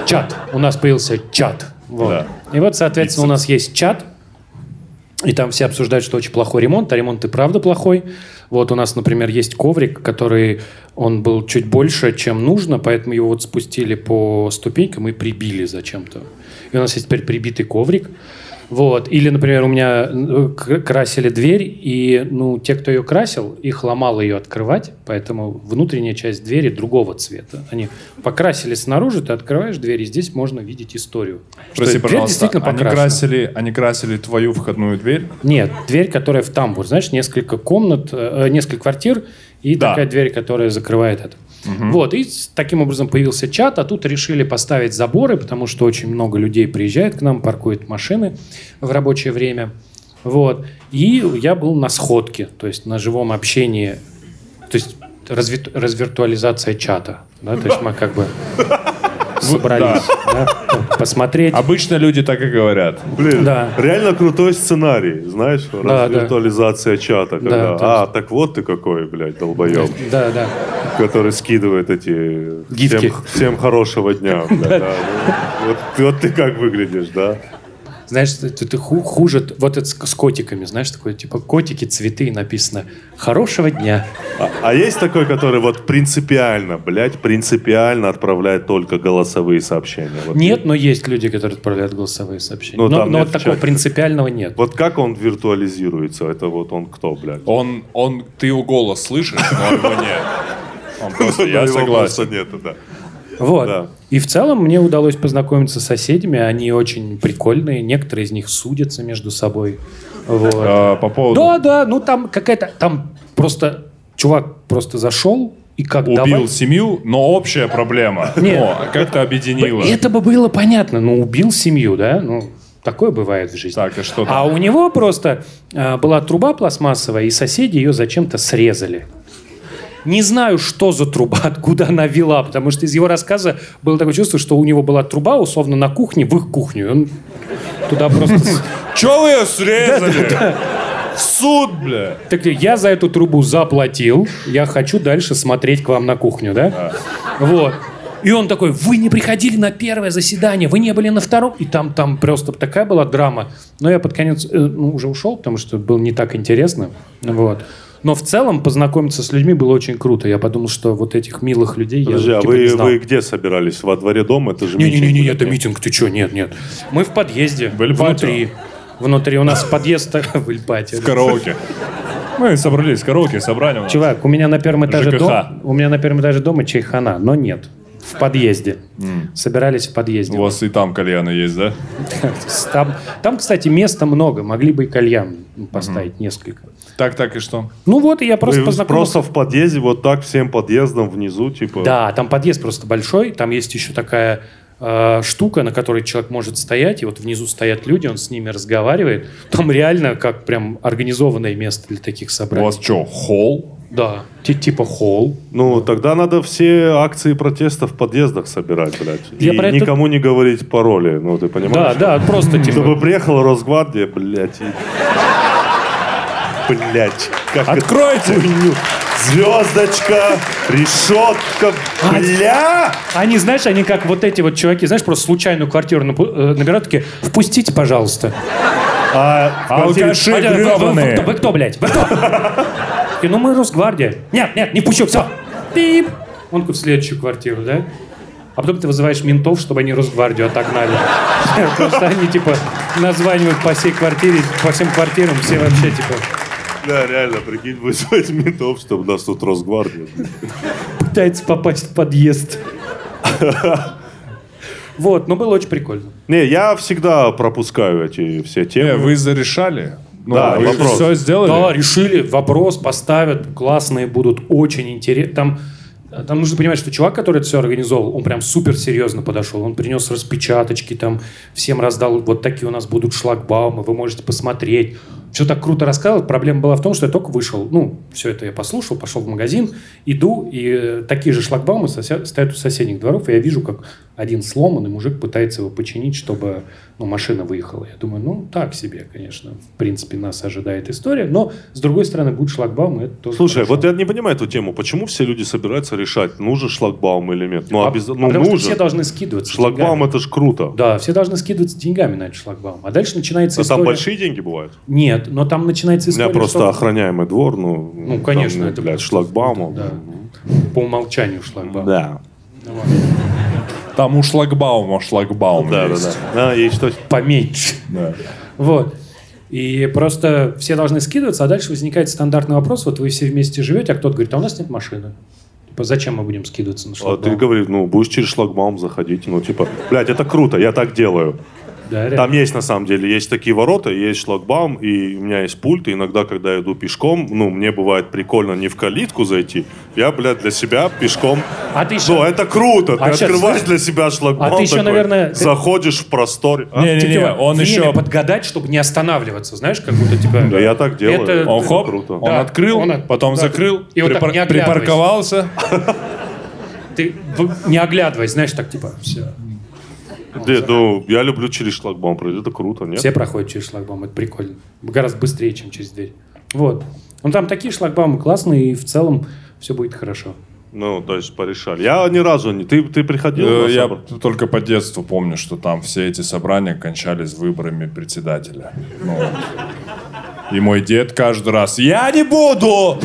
чат. У нас появился чат. Вот. Да. И вот, соответственно, у нас есть чат, и там все обсуждают, что очень плохой ремонт, а ремонт и правда плохой. Вот у нас, например, есть коврик, который, он был чуть больше, чем нужно, поэтому его вот спустили по ступенькам и прибили зачем-то. И у нас есть теперь прибитый коврик. Вот. Или, например, у меня э, к- красили дверь, и ну, те, кто ее красил, их ломало ее открывать, поэтому внутренняя часть двери другого цвета. Они покрасили снаружи, ты открываешь дверь, и здесь можно видеть историю. Что Прости, дверь пожалуйста, действительно они покрашена. красили, они красили твою входную дверь. Нет, дверь, которая в тамбур. Знаешь, несколько комнат, э, э, несколько квартир и Да. такая дверь, которая закрывает это. Вот, и с- таким образом появился чат, а тут решили поставить заборы, потому что очень много людей приезжает к нам, паркуют машины в рабочее время. Вот. И я был на сходке, то есть на живом общении, то есть развит- развиртуализация чата. Да? То есть мы как бы собрались да, посмотреть. Обычно люди так и говорят. Блин, Да. реально крутой сценарий, знаешь, Да, виртуализация чата. Когда, да. а, так вот ты какой, блядь, долбоеб, Да, да. который скидывает эти... Гифки. Всем, всем хорошего дня. блядь, да. Ну, Вот, вот ты как выглядишь, да? Знаешь, ты, ты- ты ху- хуже, т- вот это с, с котиками, знаешь, такое, типа, котики, цветы, и написано «Хорошего дня». А, а есть такой, который вот принципиально, блядь, принципиально отправляет только голосовые сообщения? Вот Нет, но есть люди, которые отправляют голосовые сообщения. Ну, но там но нет вот в такого чате. принципиального нет. Вот как он виртуализируется? Это вот он кто, блядь? Он, он, ты его голос слышишь, но его нет. Он просто, Да, я его согласен. просто нету, да. Вот. да. И в целом мне удалось познакомиться с соседями, они очень прикольные, некоторые из них судятся между собой. Вот. А, По поводу... Да, да, ну там какая-то, там просто чувак просто зашел и как Убил давай- семью, но общая проблема. Нет. Ну, а как-то объединило. Это бы было понятно, ну убил семью, да, ну такое бывает в жизни. Так, и что там? А у него просто э, была труба пластмассовая, и соседи ее зачем-то срезали. Не знаю, что за труба, откуда она вела, потому что из его рассказа было такое чувство, что у него была труба, условно, на кухне, в их кухню. и Он туда просто... Че вы ее срезали? В суд, бля. Так я за эту трубу заплатил, я хочу дальше смотреть к вам на кухню, да? Вот. И он такой, вы не приходили на первое заседание, вы не были на втором. И там, там просто такая была драма. Но я под конец э, ну, уже ушел, потому что было не так интересно. Вот. Но в целом познакомиться с людьми было очень круто. Я подумал, что вот этих милых людей Подожди, я а типа, не вы, знал. вы где собирались? Во дворе дома? Это же Не-не-не, митинг, это нет? митинг, ты чё, нет, нет. Мы в подъезде, Эльпатио? внутри. Внутри у нас подъезд в Эльпате. Караоке. Мы собрались, караоке, собрали. у нас. Чувак, у меня на первом этаже ЖКХ. дома, у меня на первом этаже дома чайхана, но нет. в подъезде. Собирались в подъезде. У вас и там кальяны есть, да? Там, там, кстати, места много. Могли бы и кальян поставить несколько. Так, так и что? Ну вот, и я просто Вы познакомился. просто в подъезде, вот так всем подъездом внизу, типа... Да, там подъезд просто большой. Там есть еще такая э, штука, на которой человек может стоять. И вот внизу стоят люди, он с ними разговаривает. Там реально как прям организованное место для таких У собраний. вас что, холл? Да, ти- типа холл. Ну, тогда надо все акции протеста в подъездах собирать, блядь. Я и про это- никому не говорить пароли, ну, ты Да, понимаешь? да, просто Чтобы типа... приехала Росгвардия, блядь, и... Блядь, как это Откройте! хуйню. Звездочка, решетка, бля! Они, знаешь, они как вот эти вот чуваки, знаешь, просто случайную квартиру напу- э, набирают, такие, впустите, пожалуйста. А, в квартире- Алкаши Понятно, вы- вы- вы грёбаные. кто- Вы кто, блядь? Вы кто? И, ну мы Росгвардия. Нет, нет, не пущу, все. Пип. Он в следующую квартиру, да? А потом ты вызываешь ментов, чтобы они Росгвардию отогнали. Потому что они, типа, названивают по всей квартире, по всем квартирам, все вообще, типа, Да, реально, прикинь, вызвать ментов, чтобы нас тут Росгвардия. пытаются попасть в подъезд. Вот, но было очень прикольно. Не, я всегда пропускаю эти все Э, темы. Вы зарешали? Ну, Да, вы вопрос. все сделали? Да, решили, вопрос поставят, классные будут, очень интересно. Там, там нужно понимать, что чувак, который это все организовал, он прям супер серьезно подошел. Он принес распечаточки, там всем раздал, вот такие у нас будут шлагбаумы, вы можете посмотреть. Все так круто рассказывал. Проблема была в том, что я только вышел. Ну, все это я послушал, пошел в магазин, иду, и э, такие же шлагбаумы сося- стоят у соседних дворов, и я вижу, как один сломанный мужик пытается его починить, чтобы ну, машина выехала. Я думаю, ну, так себе, конечно. В принципе, нас ожидает история, но, с другой стороны, будет шлагбаум, и это тоже Слушай, хорошо. вот я не понимаю эту тему. Почему все люди собираются решать, нужен шлагбаум или нет? Ну, А- обяз- а ну потому что все нужен. должны скидываться Шлагбаум деньгами. это ж круто. Да, все должны скидываться деньгами на этот шлагбаум. А дальше начинается А там история- большие деньги бывают? Нет, но там начинается У меня история, просто что- охраняемый двор, ну... Ну, конечно, там, это блядь, просто- шлагбаумом. Да. По умолчанию шлагбаум. Да. Давай. Там у шлагбаума шлагбаум Да, да, есть. да. Да, и что? А Поменьше. Да. Вот. И просто все должны скидываться, а дальше возникает стандартный вопрос. Вот вы все вместе живете, а кто-то говорит, а у нас нет машины. Типа, зачем мы будем скидываться на А шлагбаум? ты говоришь, ну, будешь через шлагбаум заходить, ну, типа, блядь, это круто, я так делаю. Да, реально. Там есть, на самом деле, есть такие ворота, есть шлагбаум, и у меня есть пульт, и иногда, когда я иду пешком, ну, мне бывает прикольно не в калитку зайти, я, блядь, для себя пешком... А ты Ну, еще... это круто, ты А щас, открываешь знаешь, для себя шлагбаум а ты ещё, такой, наверное, ты- заходишь в простор. а? Не, не, не, он еще... подгадать, чтобы не останавливаться, знаешь, как будто тебя... Да я так делаю. Это- Он Это хоп, круто. он Да, открыл, он от- потом да. закрыл, И вот так, припар- не оглядываясь. припарковался. Ты в- не оглядываясь, знаешь, так типа, все. Да, ну, я люблю через шлагбаум пройти, это круто, нет? Все проходят через шлагбаум, это прикольно. Гораздо быстрее, чем через дверь. Вот. Ну там такие шлагбаумы классные, и в целом все будет хорошо. Ну, то есть порешали. Я ни разу не... Ты, ты приходил? Э, на Я собрание? только по детству помню, что там все эти собрания кончались выборами председателя. Ну, И мой дед каждый раз «Я не буду!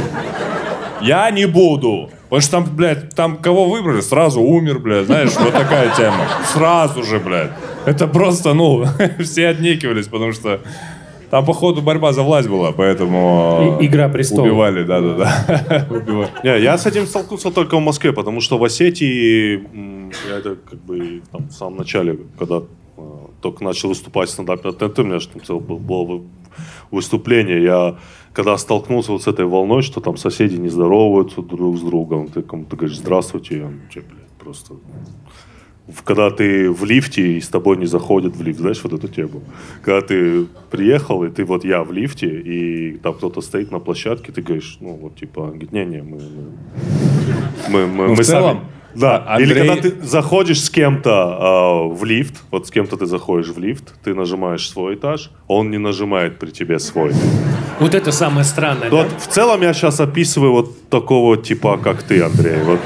Я не буду!» Потому что там, блядь, там кого выбрали, сразу умер, блядь, знаешь, вот такая тема. Сразу же, блядь. Это просто, ну, все отнекивались, потому что там, походу, борьба за власть была, поэтому... э, И- «Игра престолов». Убивали, да-да-да. Убивали. Не, я с этим столкнулся только в Москве, потому что в Осетии, м, я это как бы там в самом начале, когда э, только начал выступать в стендапе на ТНТ, у меня же там целое было- было вы- выступление, я когда столкнулся вот с этой волной, что там соседи не здороваются друг с другом, ты кому-то говоришь «здравствуйте», он тебе, блядь, просто... в- Когда ты в лифте и с тобой не заходят в лифт, знаешь, вот эту тему. Когда ты приехал, и ты вот я в лифте, и там кто-то стоит на площадке, ты говоришь, ну вот типа, он говорит, не-не, мы, мы- мы, мы, Ну, в мы целом, а, сами- Да. Андрей- Или когда ты заходишь с кем-то э, в лифт, вот с кем-то ты заходишь в лифт, ты нажимаешь свой этаж, он не нажимает при тебе свой. Вот это самое странное. Вот Ну, в целом я сейчас описываю вот такого типа, как ты, Андрей. Вот.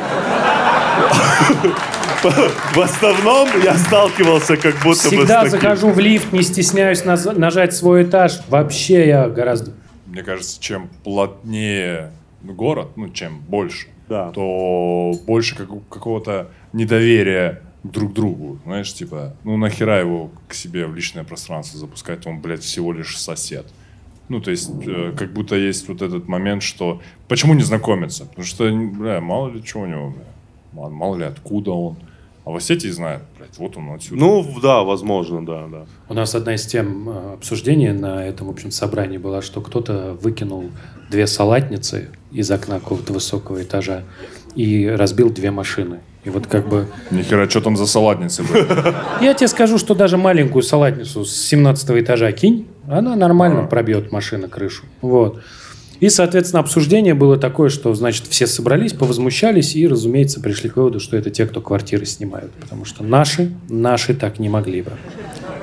В основном я сталкивался как будто бы с Всегда таким. захожу в лифт, не стесняюсь наз- нажать свой этаж. Вообще я гораздо... мне кажется, чем плотнее город, ну, чем больше, Да. то больше как- какого-то недоверия друг к другу. Знаешь, типа, ну нахера его к себе в личное пространство запускать, он, блядь, всего лишь сосед. Ну, то есть, э, как будто есть вот этот момент, что почему не знакомиться? Потому что, бля, мало ли чего у него, бля. А Мало ли откуда он. А в Осетии знают, блядь, вот он отсюда. Ну, в- да, возможно, да, да. У нас одна из тем э, обсуждения на этом, в общем, собрании была, что кто-то выкинул две салатницы из окна какого-то высокого этажа и разбил две машины. И вот как бы... Нихера, что там за салатницы, блядь? Я тебе скажу, что даже маленькую салатницу с 17 этажа кинь, она нормально пробьет машина крышу. Вот. И, соответственно, обсуждение было такое, что, значит, все собрались, повозмущались и, разумеется, пришли к выводу, что это те, кто квартиры снимают. Потому что наши, наши так не могли бы.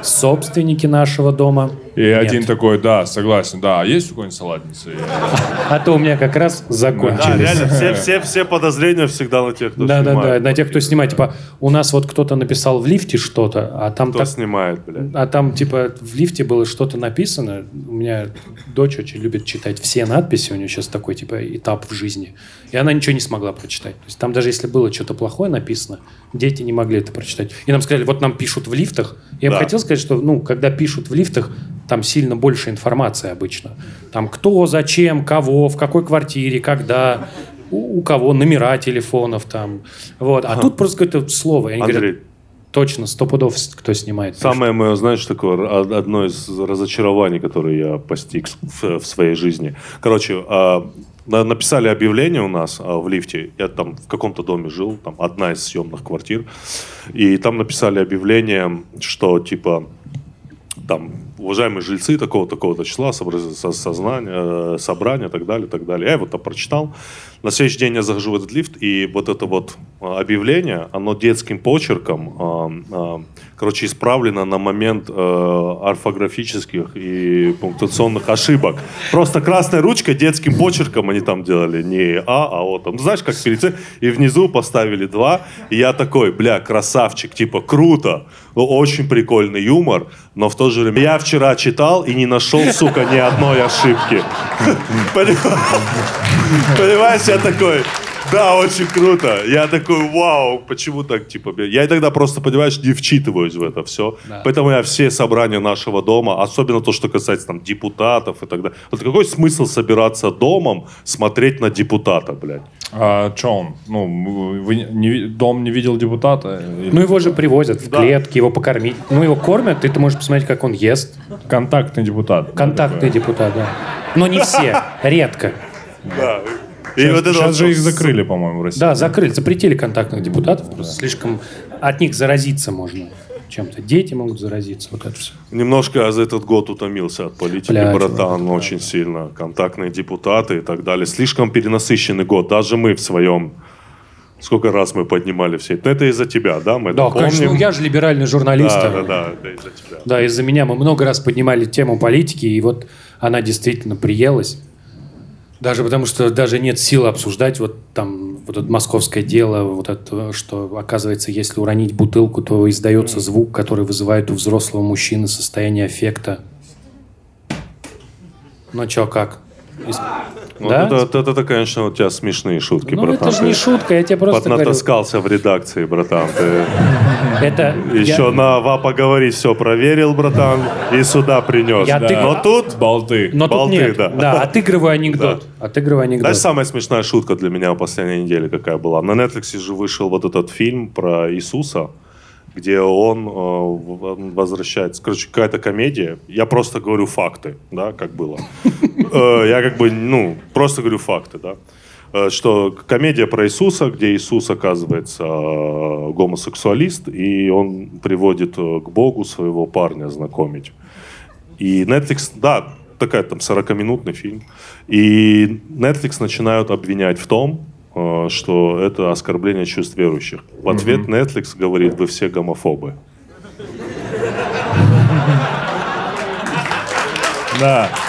Собственники нашего дома. И нет. один такой, да, согласен, да, а есть у кого-нибудь салатницы? Я- А то у меня как раз закончились. Да, реально, все, все, все подозрения всегда на тех, кто Да, да, снимает. да, на тех, кто снимает, типа, у нас вот кто-то написал в лифте что-то, а там Кто так- снимает, блядь. а там, типа, в лифте было что-то написано. У меня дочь очень любит читать все надписи. У нее сейчас такой, типа, этап в жизни. И она ничего не смогла прочитать. То есть там даже если было что-то плохое написано, дети не могли это прочитать. И нам сказали, вот нам пишут в лифтах. Я бы Да. хотел сказать, что, ну, когда пишут в лифтах, там сильно больше информации обычно. Там кто, зачем, кого, в какой квартире, когда, у, у кого номера телефонов там. Вот. А тут просто какое-то слово. И они говорят, Андрей, Точно, сто пудов с- кто снимает. Самое мое, знаешь, такое р- одно из разочарований, которое я постиг в, в своей жизни. Короче, а, на- написали объявление у нас а, в лифте. Я там в каком-то доме жил, там одна из съемных квартир. И там написали объявление, что типа там, уважаемые жильцы такого-такого-то числа, собраз- со- сознание, э, собрание и так далее, и так далее. Я его там прочитал. На следующий день я захожу в этот лифт, и вот это вот э, объявление, оно детским почерком, э, э, короче, исправлено на момент э, орфографических и пунктуационных ошибок. Просто красной ручкой, детским почерком они там делали не А, а О. Там, знаешь, как перед... И внизу поставили два, и я такой, бля, красавчик, типа, круто, ну, очень прикольный юмор, но в то же время я вчера читал и не нашел, сука, ни одной ошибки. Понимаешь? Понимаешь, я такой, да, очень круто. Я такой, вау, почему так, типа, бля?» я иногда просто, понимаешь, не вчитываюсь в это все. Поэтому я все собрания нашего дома, особенно то, что касается там депутатов и так далее. Вот какой смысл собираться домом, смотреть на депутата, блядь? А что он? Ну, вы не ви- дом не видел депутата? Ну его же привозят в Да. клетке, его покормить. Ну его кормят, и ты можешь посмотреть, как он ест. Контактный депутат. Контактный депутат, да. Но не все, редко. Да. И Сейчас, вот это вот- же их закрыли, по-моему, в России. Да, закрыли, запретили контактных депутатов. Просто слишком от них заразиться можно чем-то. Дети могут заразиться, вот это все. Немножко я за этот год утомился от политики, Блядь, братан, очень сильно. Контактные депутаты и так далее. Слишком перенасыщенный год. Даже мы в своем... Сколько раз мы поднимали все «Ну, это? Это из-за тебя, да? Мы это Да, конечно, помним. ну я же либеральный журналист. Да, да, а- да, это из-за тебя. Да, из-за меня мы много раз поднимали тему политики, и вот она действительно приелась. Даже потому что даже нет силы обсуждать вот там вот это московское дело, вот это, что оказывается, если уронить бутылку, то издается звук, который вызывает у взрослого мужчины состояние аффекта. Ну чё, как? Из- Ну, Да? это, это- это, конечно, у тебя смешные шутки, Ну братан. это же не Ты шутка, я тебе просто говорю. Поднатаскался в редакции, братан. Ты Это я- еще на ва поговорить все проверил, братан, и сюда принес. Я тык- Но тут А, Болты. Но тут болты, нет. да. отыгрываю анекдот. Отыгрываю анекдот. Знаешь, самая смешная шутка для меня в последней неделе какая была? На Netflix же вышел вот этот фильм про Иисуса, где он э, в- он возвращается. Короче, какая-то комедия. Я просто говорю факты, да, как было. Э, Я как бы, ну, просто говорю факты, да. Э, Что комедия про Иисуса, где Иисус оказывается э, гомосексуалист, и он приводит э, к Богу своего парня знакомить. И Netflix, да, такая там 40-минутный фильм. И Netflix начинают обвинять в том, э, что это оскорбление чувств верующих. В ответ Netflix говорит, вы все гомофобы. Да.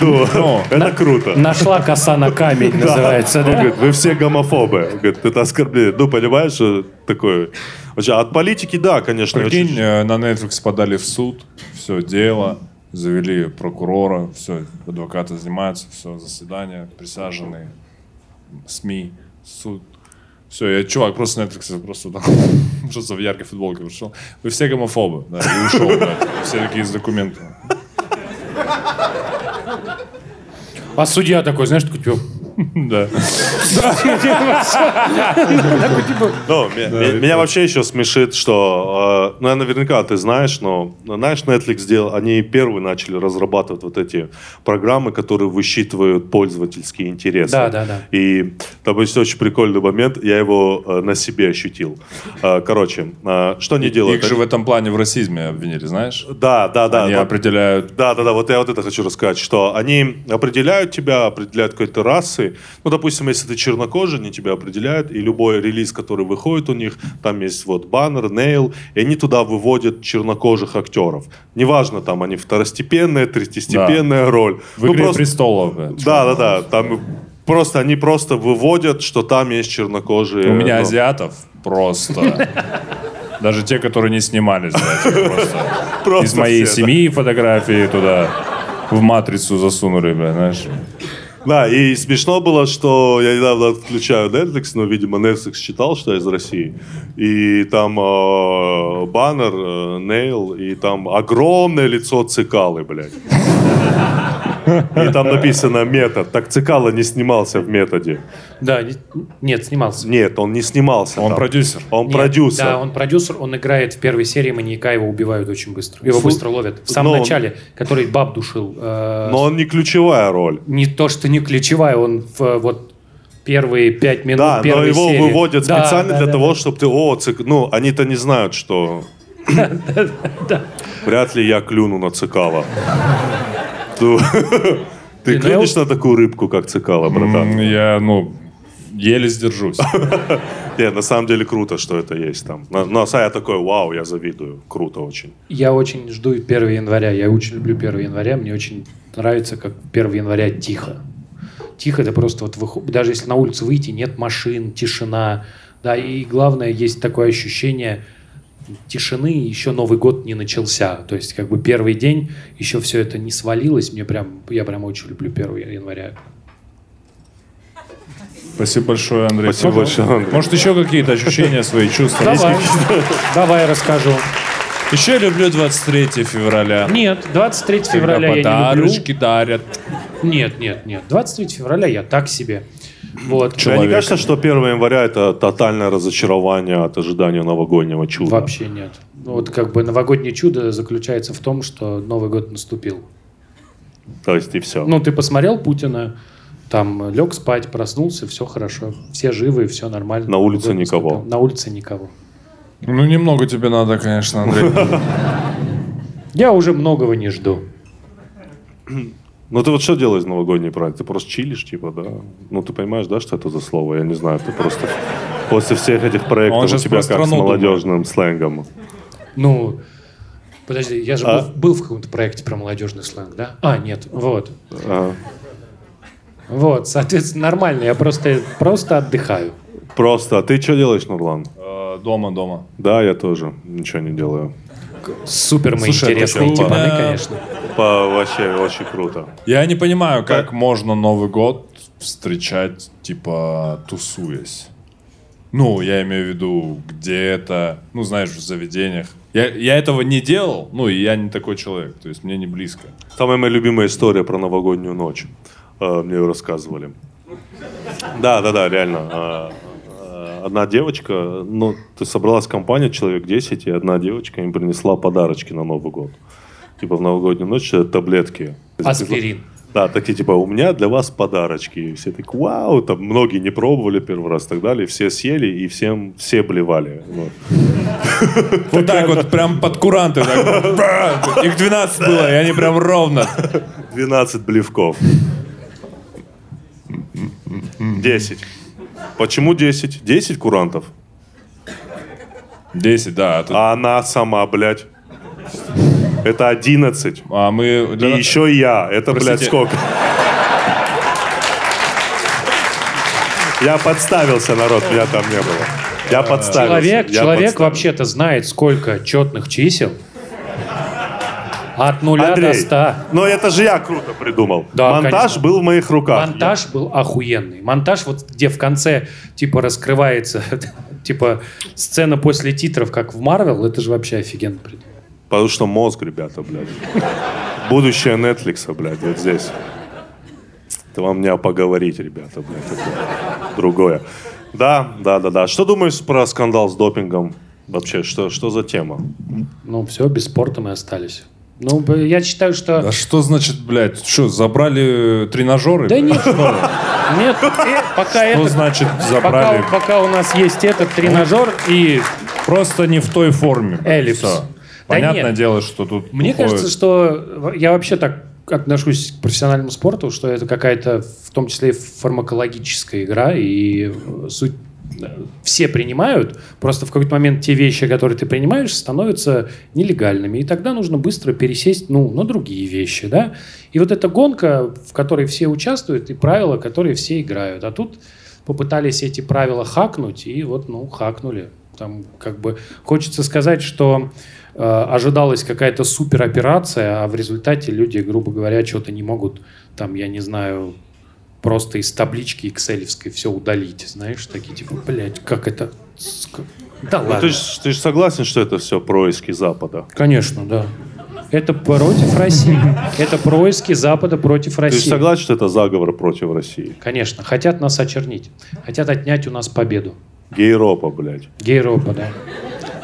Ну, Ну, это круто. Нашла коса на камень, называется, Он да? говорит, вы все гомофобы. Он Говорит, это оскорбление. Ну, понимаешь, э, такое. Вообще, от политики, да, конечно. Прикинь, очень- э, на Netflix подали в суд, все дело, завели прокурора, все, адвокаты занимаются, все, заседание, присяжные, СМИ, суд. Все, я чувак просто с Netflix просто, там, просто в яркой футболке пришел. Вы все гомофобы, да, и ушел, блядь. Все такие с документами. А судья такой, знаешь, такой, типа, Да. Ну, ме- ме- меня вообще еще смешит, что, э, ну, я наверняка ты знаешь, но ну, знаешь, Netflix сделал, они первые начали разрабатывать вот эти программы, которые высчитывают пользовательские интересы. Да, да, да. И там есть очень прикольный момент, я его э, на себе ощутил. Э, короче, э, что они делают? Их же в этом плане в расизме обвинили, знаешь? Да, да, да. Они вот- определяют... Да, да, да, вот я вот это хочу рассказать, что они определяют тебя, определяют какой-то расы. Ну, допустим, если ты чернокожий, они тебя определяют, и любой релиз, который выходит у них, там есть вот баннер, нейл, и они туда выводят чернокожих актеров. Неважно, там они второстепенная, третьестепенная роль. Ну, В «Игре престолов». да. Да, да, да, там просто они просто выводят, что там есть чернокожие. У меня ну, азиатов просто... Даже те, которые не снимались, блядь, просто. просто Из моей все, да. семьи фотографии туда в матрицу засунули, бля, знаешь. Да, и смешно было, что я недавно отключаю Netflix, но, видимо, Netflix считал, что я из России. И там э, баннер, э, нейл, и там огромное лицо Цикалы, блядь. И там написано метод. Так Цикало не снимался в методе. Да, не- нет, снимался. Нет, он не снимался. Он там. продюсер. Он Нет, Ну, продюсер. Да, он продюсер, он играет в первой серии маньяка, его убивают очень быстро. Его Фу. быстро ловят. В самом Но он- начале, который баб душил. э, Но он не ключевая роль. Не то, что не ключевая, он в, э, вот первые пять минут Да, но первой его серии. выводят Да, специально да, для да, того, чтобы ты... О, цик... Ну, они-то не знают, что... Вряд ли я клюну на цикала. Ну, Ты Ты клюнешь на такую рыбку, как цикала, братан? М, Я, ну, еле сдержусь. Не, на самом деле круто, что это есть там. На- Ну, а я такой, вау, я завидую. Круто очень. Я очень жду 1 января. Я очень люблю 1 января. Мне очень нравится, как 1 января тихо. Тихо, это просто вот выход... даже если на улицу выйти, нет машин, тишина. Да, и главное, есть такое ощущение тишины, еще Новый год не начался. То есть, как бы первый день, еще все это не свалилось. Мне прям, я прям очень люблю 1 января. Спасибо большое, Андрей. Спасибо Пожалуйста. большое, Андрей. Может, еще какие-то ощущения свои, чувства? Давай, давай расскажу. Еще я люблю 23 февраля. Нет, 23 февраля Когда я не люблю. подарочки дарят. Нет, нет, нет. 23 февраля я так себе. Вот. Тебе не Человек. кажется, что 1 января это тотальное разочарование от ожидания новогоднего чуда? Вообще нет. Ну, Вот как бы новогоднее чудо заключается в том, что Новый год наступил. То есть и все. Ну, ты посмотрел Путина, там э, лег спать, проснулся, все хорошо. Все живы, все нормально. На улице Новый год никого. наступил. На улице никого. Ну, немного тебе надо, конечно, Андрей. Я уже многого не жду. Ну ты вот что делаешь в новогодний праздник? Ты просто чилишь, типа, да? Ну ты понимаешь, да, что это за слово? Я не знаю, ты просто после всех этих Он проектов у щас тебя про как с страну молодежным сленгом. Ну, подожди, я же А? был, был в каком-то проекте про молодежный сленг, да? А, нет, вот. А, Вот, соответственно, нормально. Я просто, просто отдыхаю. Просто, а ты что делаешь, Нурлан? Э, Дома, дома. Да, я тоже ничего не делаю. Супер мы Слушай, интересные ну, круто. типаны, Да. конечно. По- вообще очень круто. Я не понимаю, как Как? можно Новый год встречать, типа, тусуясь. Ну, я имею в виду где-то, ну, знаешь, в заведениях. Я, я этого не делал, ну, и я не такой человек, то есть мне не близко. Самая моя любимая история про новогоднюю ночь. Э, Мне ее рассказывали. Да, да, да, реально. А, а, Одна девочка, ну, ты собралась компания, человек 10, и одна девочка им принесла подарочки на Новый год. Типа в новогоднюю ночь э, таблетки. Аспирин. Да, такие типа, у меня для вас подарочки. И все так, вау, там многие не пробовали первый раз и так далее. Все съели и всем все блевали. Вот. Вот так вот, прям под куранты. так, бра! Их 12 было, и они прям ровно. 12 блевков. 10. Почему 10? 10 курантов. 10, да. а тут- А она сама, блядь. Это 11. А мы... И еще и я. Это, блядь, Простите. сколько? Я подставился, народ, меня там не было. Я подставился. Человек, я человек подставился. вообще-то знает, сколько четных чисел. От нуля Андрей, до ста. но это же я круто придумал. Да, Монтаж конечно. был в моих А, руках. Монтаж был охуенный. Монтаж, вот где в конце, типа, раскрывается, типа, сцена после титров, как в Марвел, это же вообще офигенно. придумано. Потому что мозг, ребята, блядь. Будущее Netflix, блядь, вот здесь. Это вам не поговорить, ребята, блядь, это другое. Да, да, да, да. Что думаешь про скандал с допингом? Вообще, что, что за тема? Ну, все, без спорта мы остались. Ну, б- я считаю, что... А что значит, блядь, что, забрали э, тренажеры? Да блядь? нет, нет, э, пока Что это... значит забрали? Пока, пока у нас есть этот тренажер и Просто не в той форме. Эллипс. Всё. Да Понятное нет. дело, что тут Мне уходит. кажется, что в- я вообще так отношусь к профессиональному спорту, что это какая-то, в том числе и фармакологическая игра, и э, суть э, все принимают, просто в какой-то момент те вещи, которые ты принимаешь, становятся нелегальными, и тогда нужно быстро пересесть ну, на другие вещи. Да? И вот эта гонка, в которой все участвуют, и правила, которые все играют. А тут попытались эти правила хакнуть, и вот, ну, хакнули. Там как бы хочется сказать, что э, ожидалась какая-то супероперация, а в результате люди, грубо говоря, что-то не могут, там, я не знаю, просто из таблички экселевской все удалить, знаешь, такие типа, блядь, как это... С- как- Да ладно. Ну, Ты же согласен, что это все происки Запада? Конечно, да. Это против России. Это происки Запада против Ты России. же согласен, что это заговор против России? Конечно, хотят нас очернить. Хотят отнять у нас победу. Гейропа, блядь. Гейропа, да.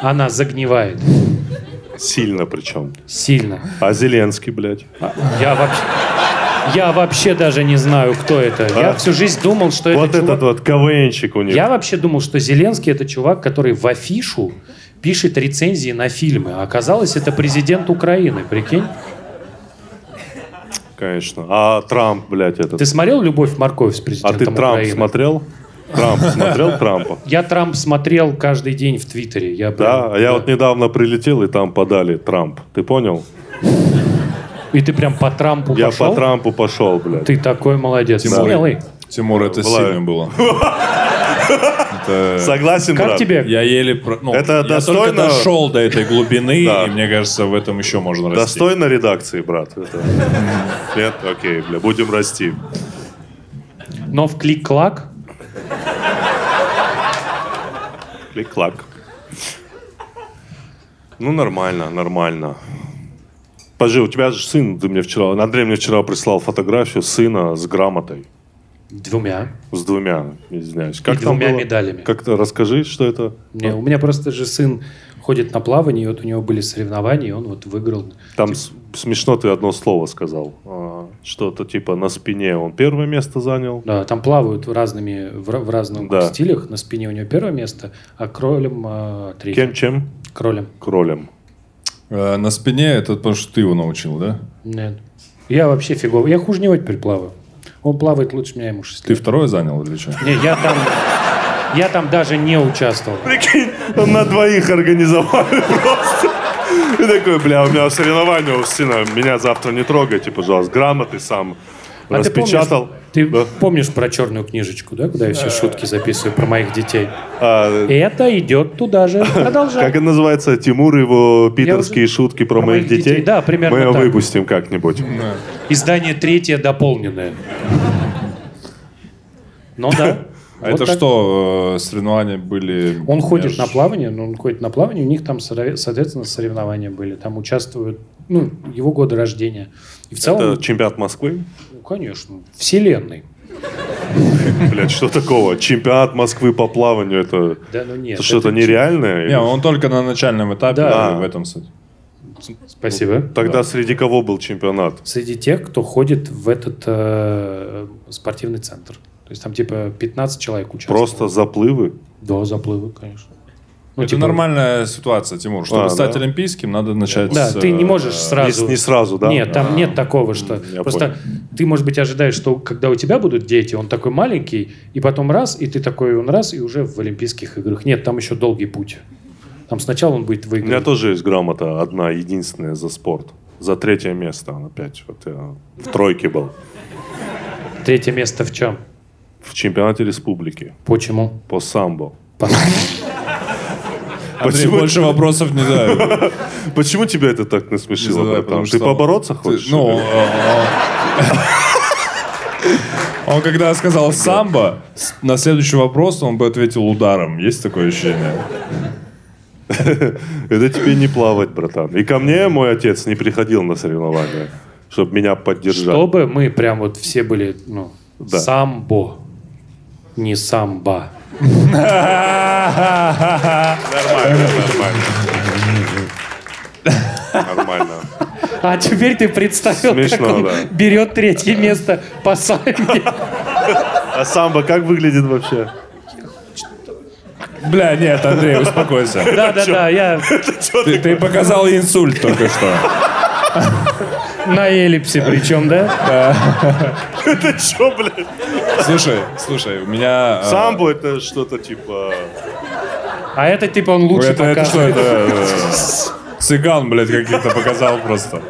Она загнивает. Сильно причем. Сильно. А Зеленский, блядь. А, Я вообще... Я вообще даже не знаю, кто это. Я А? всю жизнь думал, что вот это чувак- этот вот КВНчик у них. Я вообще думал, что Зеленский это чувак, который в афишу пишет рецензии на фильмы. А оказалось, это президент Украины, прикинь. Конечно. А Трамп, блядь, этот. Ты смотрел «Любовь морковь» с а президентом ты Трамп Украины? смотрел? Трамп смотрел Трампа? Я Трамп смотрел каждый день в Твиттере. Я Да, прям- а я вот недавно прилетел, и там подали Трамп. Ты понял? И ты прям по Трампу Я пошел? по Трампу пошел, блядь. Ты такой молодец. Тимур, Смелый. Тимур, это Была- сильно было. Это- Согласен, Как брат? тебе? Я еле... про- ну, я Это только достойно- дошел до этой глубины, Да. и мне кажется, в этом еще можно расти. Достойно редакции, брат. Это- Нет, окей, бля, будем расти. Но в клик-клак Клик-клак. Ну, нормально, нормально. Пожи, у тебя же сын, ты мне вчера, Андрей мне вчера прислал фотографию сына с грамотой. двумя. С двумя, извиняюсь. Как там двумя было? медалями. Как-то расскажи, что это. Не, у меня просто же сын ходит на плавание, и вот у него были соревнования, и он вот выиграл. Там с- смешно ты одно слово сказал. А, Что-то типа на спине он первое место занял. Да, там плавают в разными в, ра- в разных Да. стилях. На спине у него первое место, а кролем а, третье. Кем чем? Кролем. Кролем. Э, На спине это потому, что ты его научил, да? Нет. Я вообще фиговый. Я хуже него теперь плаваю. Он плавает лучше меня, ему 6 Ты второе занял или что? Не, я там, я там даже не участвовал. А Прикинь, он на двоих организовали просто. И такой, бля, у меня соревнование у сына, меня завтра не трогайте, пожалуйста, грамоты сам А ты распечатал. помнишь- Ты Да. помнишь, про черную книжечку, да, куда я все шутки записываю про моих детей? А, Это идет туда же. Продолжай. как это называется? Тимур и его питерские уже- шутки про, моих детей. Да, примерно Мы его так. выпустим как-нибудь. Издание третье дополненное. Ну да. А Вот это так. что, э, соревнования были... Он ходит между- на плавание, но он ходит на плавание, у них там, соре- соответственно, соревнования были. Там участвуют, ну, его годы рождения. И в целом, Это чемпионат Москвы? ну, конечно, вселенной. Блядь, что такого? Чемпионат Москвы по плаванию, это, Да, ну нет. это что-то это- нереальное? Не, он только на начальном этапе, Да. э, в этом суть. Спасибо. Ну, Тогда среди кого был чемпионат? Среди тех, кто ходит в этот э, спортивный центр. То есть там типа 15 человек участвует. Просто заплывы? Да, заплывы, конечно. Ну, Это типа, нормальная ситуация, Тимур. Чтобы А, стать да. олимпийским, надо начать Да, с, ты не э, можешь Не, сразу... с- не сразу, да? А, Нет, там нет такого, что... я Просто ты, может быть, ожидаешь, что когда у тебя будут дети, он такой маленький, и потом раз, и ты такой, он раз, и уже в Олимпийских играх. Нет, там еще долгий путь. Там сначала он будет У меня выигрывать. тоже есть грамота одна, единственная за спорт. За третье место он опять. Вот я в тройке был. Третье место в чем? В чемпионате республики Почему? по самбо. Андрей, Почему- больше вопросов не даю. Почему тебя это так Не насмешило, задаю, братан? потому Ты что- побороться Ты- хочешь? Ну, или? э, э, он когда сказал самбо, с- на следующий вопрос он бы ответил ударом. Есть такое ощущение? это тебе не плавать, братан. И ко мне мой отец не приходил на соревнования. чтобы меня поддержали. Чтобы мы прям вот все были, ну, Да. самбо, не самба. Нормально, нормально. Нормально. А теперь ты представил, Смешно, как он да. берет третье место по самбе. А самбо как выглядит вообще? Бля, нет, Андрей, успокойся. Да-да-да, я Ты, ты показал инсульт только что. на эллипсе причем, да? Это что, блядь? Слушай, слушай, у меня... э, Самбо это что-то типа... А это типа он лучше это, это что, показывает. это... э, Цыган, блядь, каких-то показал просто.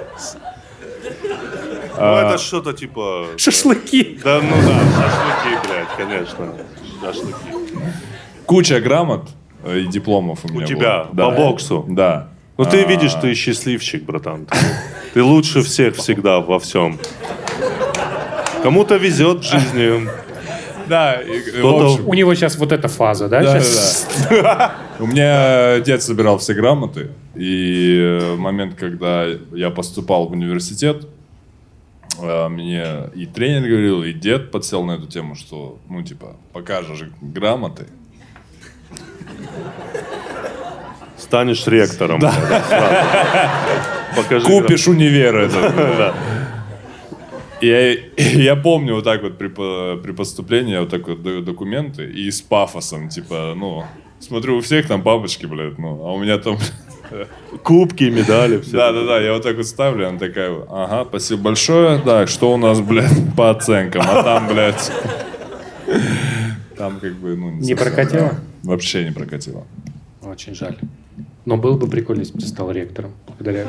Ну А. это что-то типа... Шашлыки. Да ну да, шашлыки, блядь, конечно. Шашлыки. Куча грамот э, и дипломов у меня тебя, было. Да. по боксу. Да. Ну ты видишь, ты счастливчик, братан. Ты- Ты лучше всех всегда во всем. Кому-то везет в жизни. Да, и, э, в Кто-то- общем, У него сейчас вот эта фаза, да? Да, щас? да, да. У меня э, дед собирал все грамоты, и э, в момент, когда я поступал в университет, э, мне и тренер говорил, и дед подсел на эту тему, что, ну, типа, покажешь грамоты. Станешь ректором. блядь, сразу. Покажи. Купишь универ этот. И Я, и я помню вот так вот при, по- при поступлении я вот так вот даю документы и с пафосом, типа, ну, смотрю, у всех там папочки, блядь, ну, а у меня там Кубки, медали, все. Да, да, да, я вот так вот ставлю, она такая, ага, спасибо большое. Так, что у нас, блядь, по оценкам? А там, блядь, там как бы, ну, Не совсем, прокатило? да. Вообще не прокатило. Очень жаль. Но было бы прикольно, если бы ты стал ректором. Благодаря.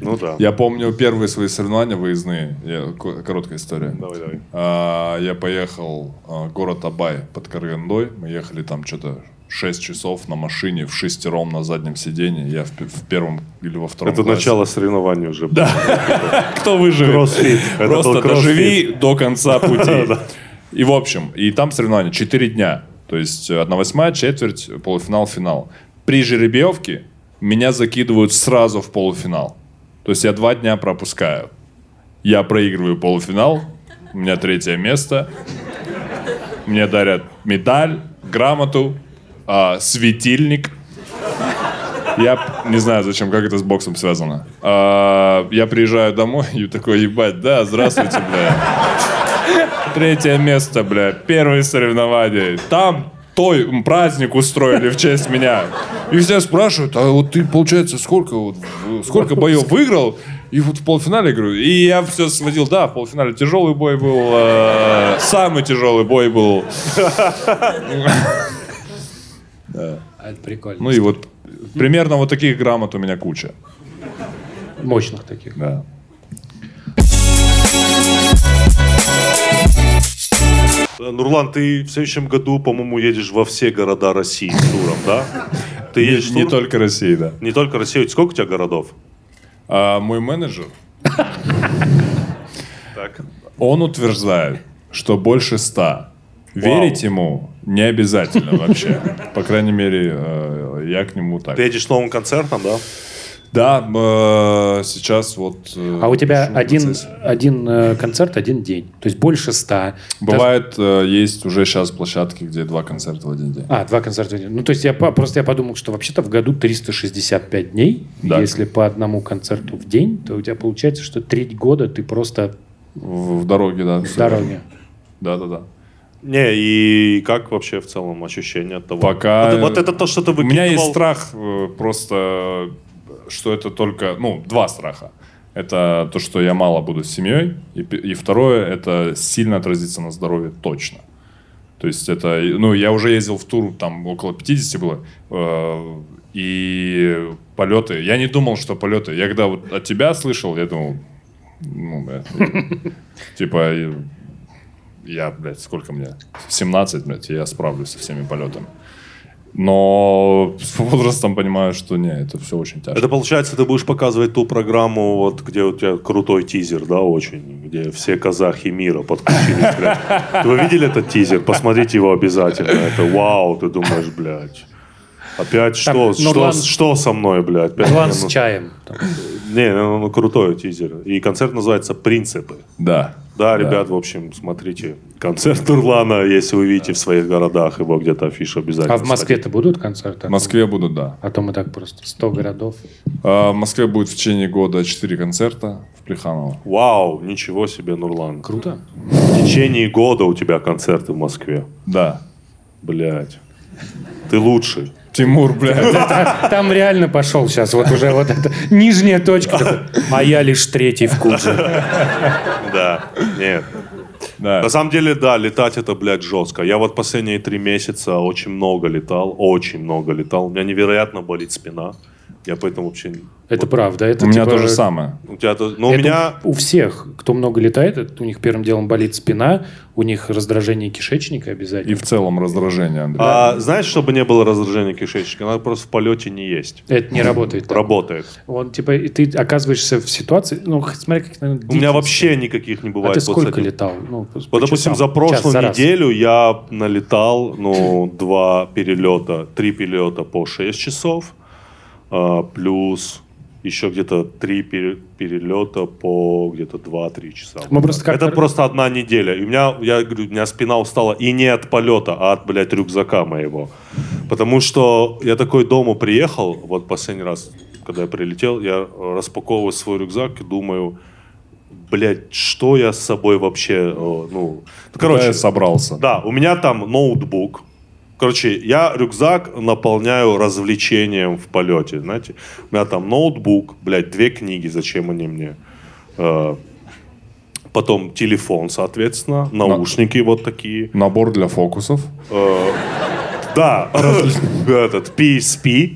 Ну да. Я помню первые свои соревнования выездные. Я- ко- короткая история. Давай, давай. А, я поехал а, город Абай под Каргандой. Мы ехали там что-то 6 часов на машине в шестером на заднем сидении. Я в, п- в первом или во втором Это классе. начало соревнований уже. Да. Кто выживет? Кроссфит. Это Просто был кроссфит. доживи до конца пути. И в общем, и там соревнования 4 дня. То есть 1 восьмая, четверть, полуфинал, финал. При жеребьевке меня закидывают сразу в полуфинал. То есть я два дня пропускаю. Я проигрываю полуфинал, у меня третье место. Мне дарят медаль, грамоту, а, светильник. Я п- не знаю, зачем, как это с боксом связано. А, я приезжаю домой и такой, ебать, да, здравствуйте, бля. Третье место, бля, первые соревнования. Там той м, праздник устроили в честь меня. И все спрашивают, а вот ты, получается, сколько, вот, в- сколько боев выиграл? И вот в полуфинале, говорю, и я все сводил, да, в полуфинале тяжелый бой был, э, самый тяжелый бой был. А это прикольно. Ну и вот примерно вот таких грамот у меня куча. Мощных таких. Да. Нурлан, ты в следующем году, по-моему, едешь во все города России с туром, да? Ты едешь Не не, только... только России, да. не только Россию. Сколько у тебя городов? А мой менеджер, Так. он утверждает, что больше ста. Верить ему не обязательно вообще. По крайней мере, э, я к нему так. Ты едешь к новым концертом, да? Да, э, сейчас вот... э, А у тебя пишу один, процесс. один э, концерт, один день. То есть больше ста. Бывает, э, есть уже сейчас площадки, где два концерта в один день. А, два концерта в день. Ну, то есть я по- просто я подумал, что вообще-то в году 365 дней. Да. Если по одному концерту в день, то у тебя получается, что треть года ты просто В, в дороге, да. в дороге. Да-да-да. Не, и как вообще в целом ощущение от того? Пока- Вот, вот это то, что ты У меня есть выкидывал. страх э, просто, э, что это только, ну, два страха. Это то, что я мало буду с семьей, и, пе- и второе, это сильно отразится на здоровье точно. То есть это, и- ну, я уже ездил в тур, там около 50 было, э, и полеты, я не думал, что полеты, я когда вот от тебя слышал, я думал, ну, бля, типа, и- я, блядь, сколько мне, 17, блядь, и я справлюсь со всеми полетами. Но с возрастом понимаю, что не, это все очень тяжко. Это получается, ты будешь показывать ту программу, вот где у тебя крутой тизер, да, очень, где все казахи мира подключились, блядь. Вы видели этот тизер? Посмотрите его обязательно. Это вау, ты думаешь, блядь. Опять что, Там что, Нурлан- что со мной, блядь? Опять План мне, с ну, чаем. А Там. Не, ну, ну, крутой тизер. И концерт называется «Принципы». Да. Да, ребят, в общем, смотрите концерт Урлана, если вы видите в своих городах, его где-то афиша обязательно. А в Москве-то будут концерты? В Москве будут, да. А то мы так просто 100 городов. А, в Москве будет в течение года 4 концерта в Плеханово. сходите. Вау, ничего себе, Нурлан. Круто. В течение года у тебя концерты в Москве. Да. Блядь. Ты лучший. Тимур, блядь. Там реально пошел сейчас вот уже вот эта нижняя точка. Такой, А я лишь третий в курсе. Да, нет. Да. На самом деле, да, летать это, блядь, жестко. Я вот последние три месяца очень много летал, очень много летал. У меня невероятно болит спина. Я поэтому вообще... не- Это правда. Это У меня типа- то же самое. У тебя... то- Ну, у это меня... у всех, кто много летает, это у них первым делом болит спина, у них раздражение кишечника И обязательно. в целом раздражение, Андрей. А, знаешь, чтобы не было раздражения кишечника, надо просто в полете не есть. Это не работает. так. Работает. Он типа, и ты оказываешься в ситуации, ну, хоть смотри, как, наверное, У меня вообще никаких не бывает. А ты вот сколько с этим. летал? Ну, по Вот, допустим, часам. за прошлую Час за раз. неделю я налетал, ну, два перелета, три перелета по 6 часов, а, плюс еще где-то три пере- перелета по где-то 2-3 часа. Мы просто как-то- Это просто одна неделя. И у меня, я говорю, у меня спина устала и не от полета, а от, блядь, рюкзака моего. Потому что я такой дома приехал, вот последний раз, когда я прилетел, я распаковываю свой рюкзак и думаю, блядь, что я с собой вообще, э, ну... Куда я Короче, собрался. да, у меня там ноутбук. Короче, я рюкзак наполняю развлечением в полете, знаете. У меня там ноутбук, блядь, две книги, зачем они мне? Э, Потом телефон, соответственно, наушники вот такие. Набор для фокусов. Э, Да, этот PSP.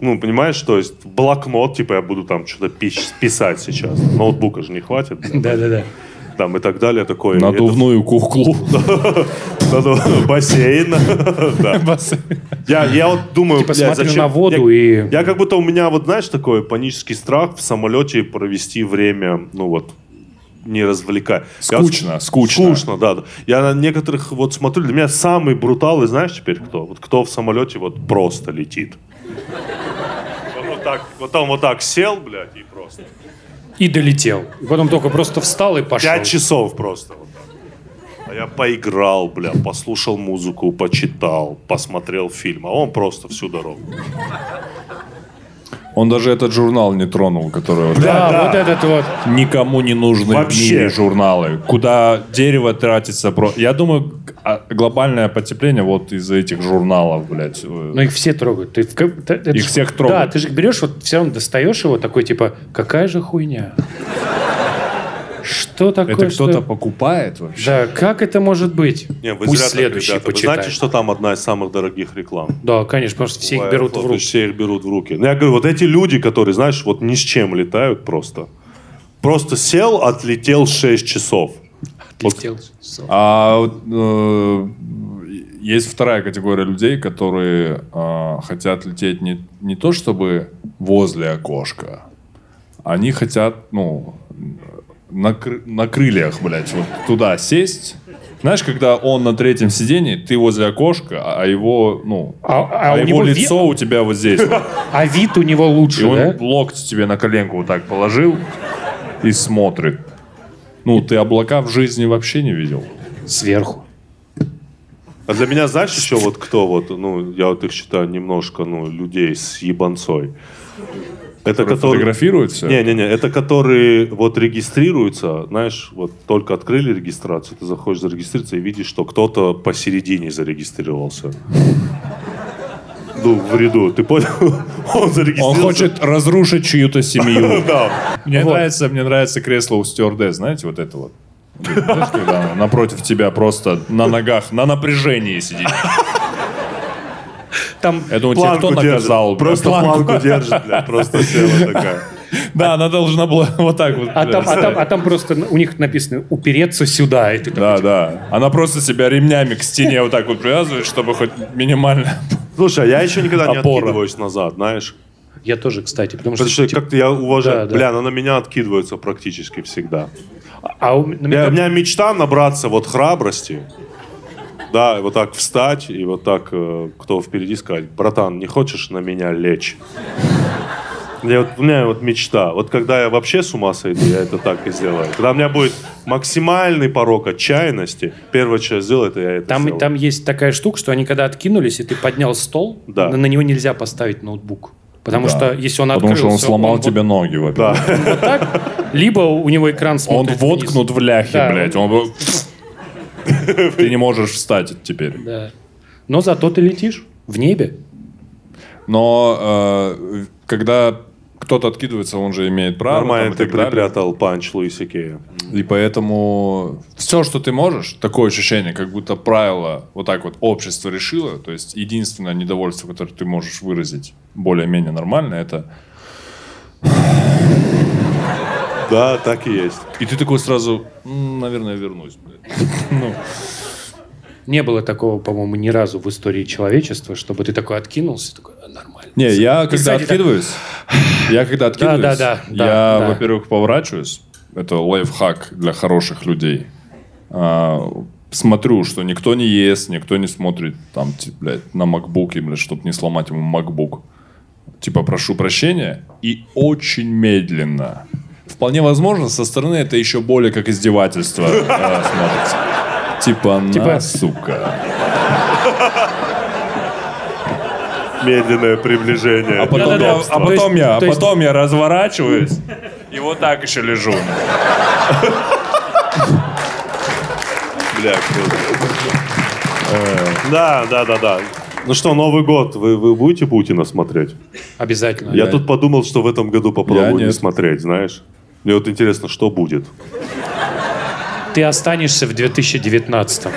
Ну, понимаешь, то есть блокнот, типа я буду там что-то пис- писать сейчас. Ноутбука же не хватит. блядь, Да-да-да. Там и так далее. Такое. И это Надувную куклу. Надо- бассейн. Да. Я, я вот думаю, Типа блядь, смотрю зачем- на воду я, и- Я как будто у меня, вот знаешь, такой панический страх в самолете провести время, ну вот, не развлекая. Я вот- Скучно, скучно. Скучно, да. да. Я на некоторых вот смотрю, для меня самый брутал, и знаешь теперь кто? Вот кто в самолете вот просто летит. Вот, вот так, вот там вот так сел, блядь, и просто. И долетел. И потом только просто встал и пошел. Пять часов просто. вот так. А я поиграл, бля, послушал музыку, почитал, посмотрел фильм, а он просто всю дорогу. Он даже этот журнал не тронул, который... вот- Да, Да. вот этот вот. Никому не нужны Вообще. в мире журналы. Куда дерево тратится. про- Я думаю, г- а, глобальное потепление вот из-за этих журналов, блядь. Э, Но Ну, их все трогают. Ты в ка- т- это Их ж- всех трогают. Да, ты же берешь, вот все равно достаешь его, такой типа, какая же хуйня? Что такое? Это что- кто-то покупает вообще? Да, как это может быть? Не, вы Пусть зря так, следующий ребята. Вы почитает. знаете, что там одна из самых дорогих реклам? Да, конечно, потому что все их У берут в Аэрофлота, руки. Все их берут в руки. Ну, я говорю, вот эти люди, которые, знаешь, вот ни с чем летают просто. Просто сел, отлетел 6 часов. Летел. А вот, э, есть вторая категория людей, которые э, хотят лететь не, не то чтобы возле окошка, они хотят, ну, на, кры- на крыльях, блядь, вот туда сесть. Знаешь, когда он на третьем сидении, ты возле окошка, а а его, ну, А- а а у его него ви- лицо у тебя вот здесь. вот. А вид у него И лучше, да? он локоть тебе на коленку вот так положил и смотрит. Ну, ты облака в жизни вообще не видел. Сверху. А для меня, знаешь, еще вот кто вот, ну, я вот их считаю немножко, ну, людей с ебанцой. Это которые... Фотографирует все? Не-не-не, это которые вот регистрируются, знаешь, вот только открыли регистрацию, ты заходишь зарегистрироваться и видишь, что кто-то посередине зарегистрировался. Ну, в ряду, ты понял? Он Он зарегистрировался. хочет разрушить чью-то семью. Да. Мне Вот. нравится, мне нравится кресло у стюардесс, знаете, вот это вот. Знаешь, когда она напротив тебя просто на ногах, на напряжении сидит. Там Я думаю, тебя Планку кто держит. наказал? бля? Просто планку держит, бля, просто села такая. Да, она должна была вот так вот. А бля, там, а, стоять. там, а там просто на- у них написано «упереться сюда». И ты такой, Да, да. Она просто себя ремнями к стене вот так вот привязывает, чтобы хоть минимально... Слушай, а я еще никогда не Опора. откидываюсь назад, знаешь. Я тоже, кстати, потому что... Потому что как-то я уважаю. Да, да. Бля, она на меня откидывается практически всегда. А у, на Я- меня- у меня мечта набраться вот храбрости Да, и вот так встать, и вот так, э, кто впереди, сказать, братан, не хочешь на меня лечь? Мне вот, у меня вот мечта. Вот когда я вообще с ума сойду, я это так и сделаю. Когда у меня будет максимальный порог отчаянности, первое, что я сделаю, это я это Там, сделаю. там есть такая штука, что они когда откинулись, и ты поднял стол, Да. на, на него нельзя поставить ноутбук. Потому Да. что если он Потому что он открылся, сломал он тебе ноги, во-первых. Да. вот- вот так, либо у него экран Он смотрит вниз. воткнут в ляхе, Да. блядь. Он бы- Ты не можешь встать теперь. Да. Но зато ты летишь в небе. Но э, когда кто-то откидывается, он же имеет право. Нормально там, и ты так далее. припрятал панч Луиса Кея. И поэтому все, что ты можешь, такое ощущение, как будто правило вот так вот общество решило. То есть единственное недовольство, которое ты можешь выразить более-менее нормально, это... Да, так и есть. И ты такой сразу, «М, наверное, вернусь. блядь». Ну, Не было такого, по-моему, ни разу в истории человечества, чтобы ты такой откинулся, такой, «А, нормально. Не, я И когда сзади так. откидываюсь, я когда откидываюсь, да, да, да, я, да. во-первых, поворачиваюсь. Это лайфхак для хороших людей. А, смотрю, что никто не ест, никто не смотрит там, ти- блядь, на макбуке, блядь, чтобы не сломать ему макбук. Типа, прошу прощения. И очень медленно. Вполне возможно, со стороны это еще более как издевательство э, смотрится. Типа, на, Типа- сука. Медленное приближение. А потом, Да-да-да. я, удобство. а потом, То есть- я, а то есть- потом я разворачиваюсь и вот так еще лежу. Бля, круто. Э, Да, да, да, да. Ну что, Новый год, вы, вы будете Путина смотреть? Обязательно. Я тут подумал, что в этом году Я попробую не нет. смотреть, знаешь? Мне вот интересно, что будет. Ты останешься в 2019-м.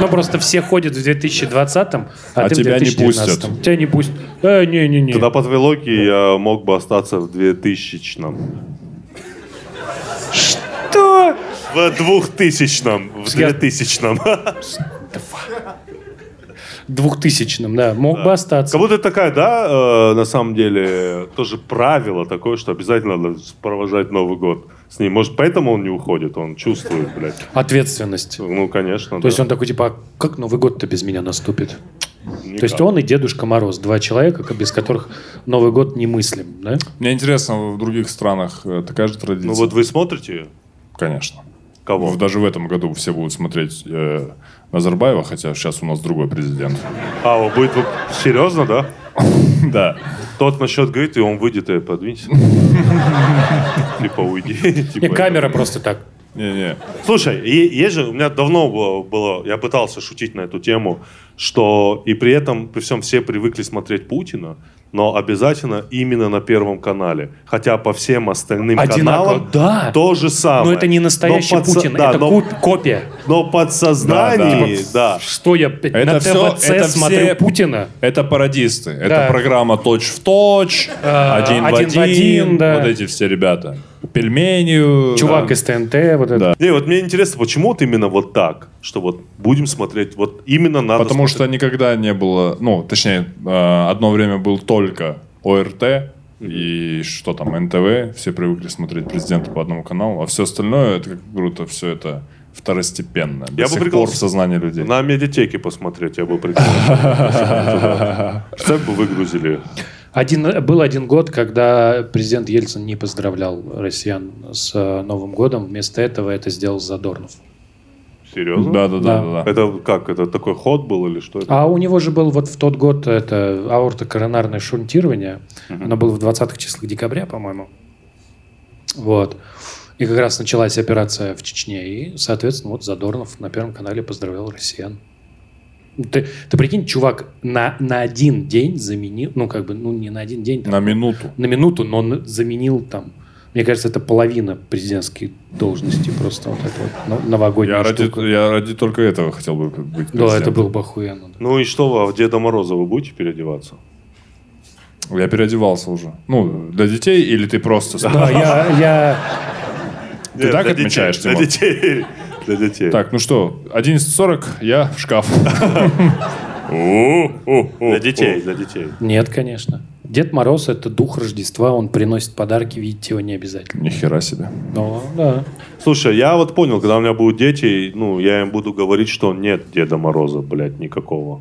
Ну, просто все ходят в 2020-м, а, А ты тебя в не 2019 пустят. Тебя не пустят. Э, не-не-не. Когда по твоей логике я мог бы остаться в 2000-м. Да. В 2000-м. В 2000-м. 2000-м, да. Мог бы остаться. Как будто такая, да, э, на самом деле, тоже правило такое, что обязательно надо провожать Новый год с ним. Может, поэтому он не уходит, он чувствует, блядь. Ответственность. Ну, конечно, То есть он такой, типа, «А как Новый год-то без меня наступит? То То есть он и Дедушка Мороз, два человека, как- без которых Новый год немыслим, да? Мне интересно, в других странах э, такая же традиция? Ну вот вы смотрите Конечно. кого? Вот Даже в этом году все будут смотреть э, Назарбаева, хотя сейчас у нас другой президент. А, он будет... вот- Серьезно, да? Да. Тот насчет говорит, и он выйдет, и подвинься. Типа уйди. Не, типа, камера просто так. Не-не. Слушай, е- есть же, у меня давно было, было- я пытался шутить на эту тему, что и при этом, при всем все привыкли смотреть Путина, но обязательно именно на Первом канале. Хотя по всем остальным Одинаково, каналам да. то же А, самое. Но Ну, это не настоящий Но подсо- Путин, да, это но, ку- копия. но подсознание, да. Что я блядь, Это на всё- ТВЦ это смотрю все- Путина? Это пародисты. Да. Это программа точь в точь, А, один, один в в один, один. да. Вот эти все ребята. Пельменю. Чувак да. из ТНТ, вот это. Да. Не, вот мне интересно, почему вот именно вот так, что вот будем смотреть, вот именно надо... Потому что никогда не было, ну, точнее, э, одно время был только ОРТ и что там, НТВ, все привыкли смотреть президента по одному каналу, а все остальное, это как круто, все это второстепенно, до Я бы сих пригласил- пор в сознании людей. На медитеке посмотреть, я бы прикольно. Рецепт бы выгрузили. Один, был один год, когда президент Ельцин не поздравлял россиян с э, Новым годом. Вместо этого это сделал Задорнов. Серьезно? Да-да-да. да. Это как? Это такой ход был или что? это? А у него же был вот в тот год это аортокоронарное шунтирование. Оно было в 20-х числах декабря, по-моему. Вот. И как раз началась операция в Чечне. И, соответственно, вот Задорнов на Первом канале поздравлял россиян. Ну, Ты, ты прикинь, чувак на, на один день заменил, ну, как бы, ну, не на один день, там, На минуту. на минуту, но он заменил там, мне кажется, это половина президентской должности просто вот это вот но- новогодняя Я ради, штука. я ради только этого хотел бы быть президентом. Да, это было бы охуенно. да. Ну и что, вы, а в Деда Мороза вы будете переодеваться? Я переодевался уже. Ну, для детей или ты просто... Да, я, я, Ты так отмечаешь, Для Тимур? детей. Для детей. Так, ну что, 11.40, я в шкаф. Для детей, для детей. Нет, конечно. Дед Мороз – это дух Рождества, он приносит подарки, видеть его не обязательно. Ни хера себе. Ну, да. Слушай, я вот понял, когда у меня будут дети, ну, я им буду говорить, что нет Деда Мороза, блядь, никакого.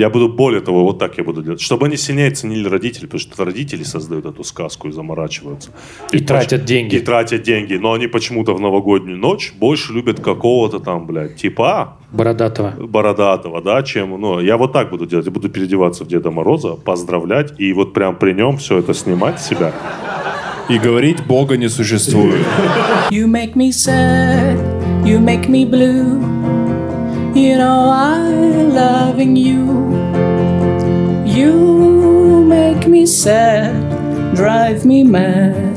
Я буду, более того, вот так я буду делать. Чтобы они сильнее ценили родителей, потому что это родители создают эту сказку и заморачиваются. И тратят деньги. И тратят деньги. Но они почему-то в новогоднюю ночь больше любят какого-то там, блядь, типа Бородатого. бородатого, да, чем, ну, я вот так буду делать. Я буду переодеваться в Деда Мороза, поздравлять и вот прям при нем все это снимать с себя. И говорить Бога не существует. You make me sad, you make me blue. You know I loving you. You make me sad, drive me mad.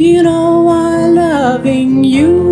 You know I loving you.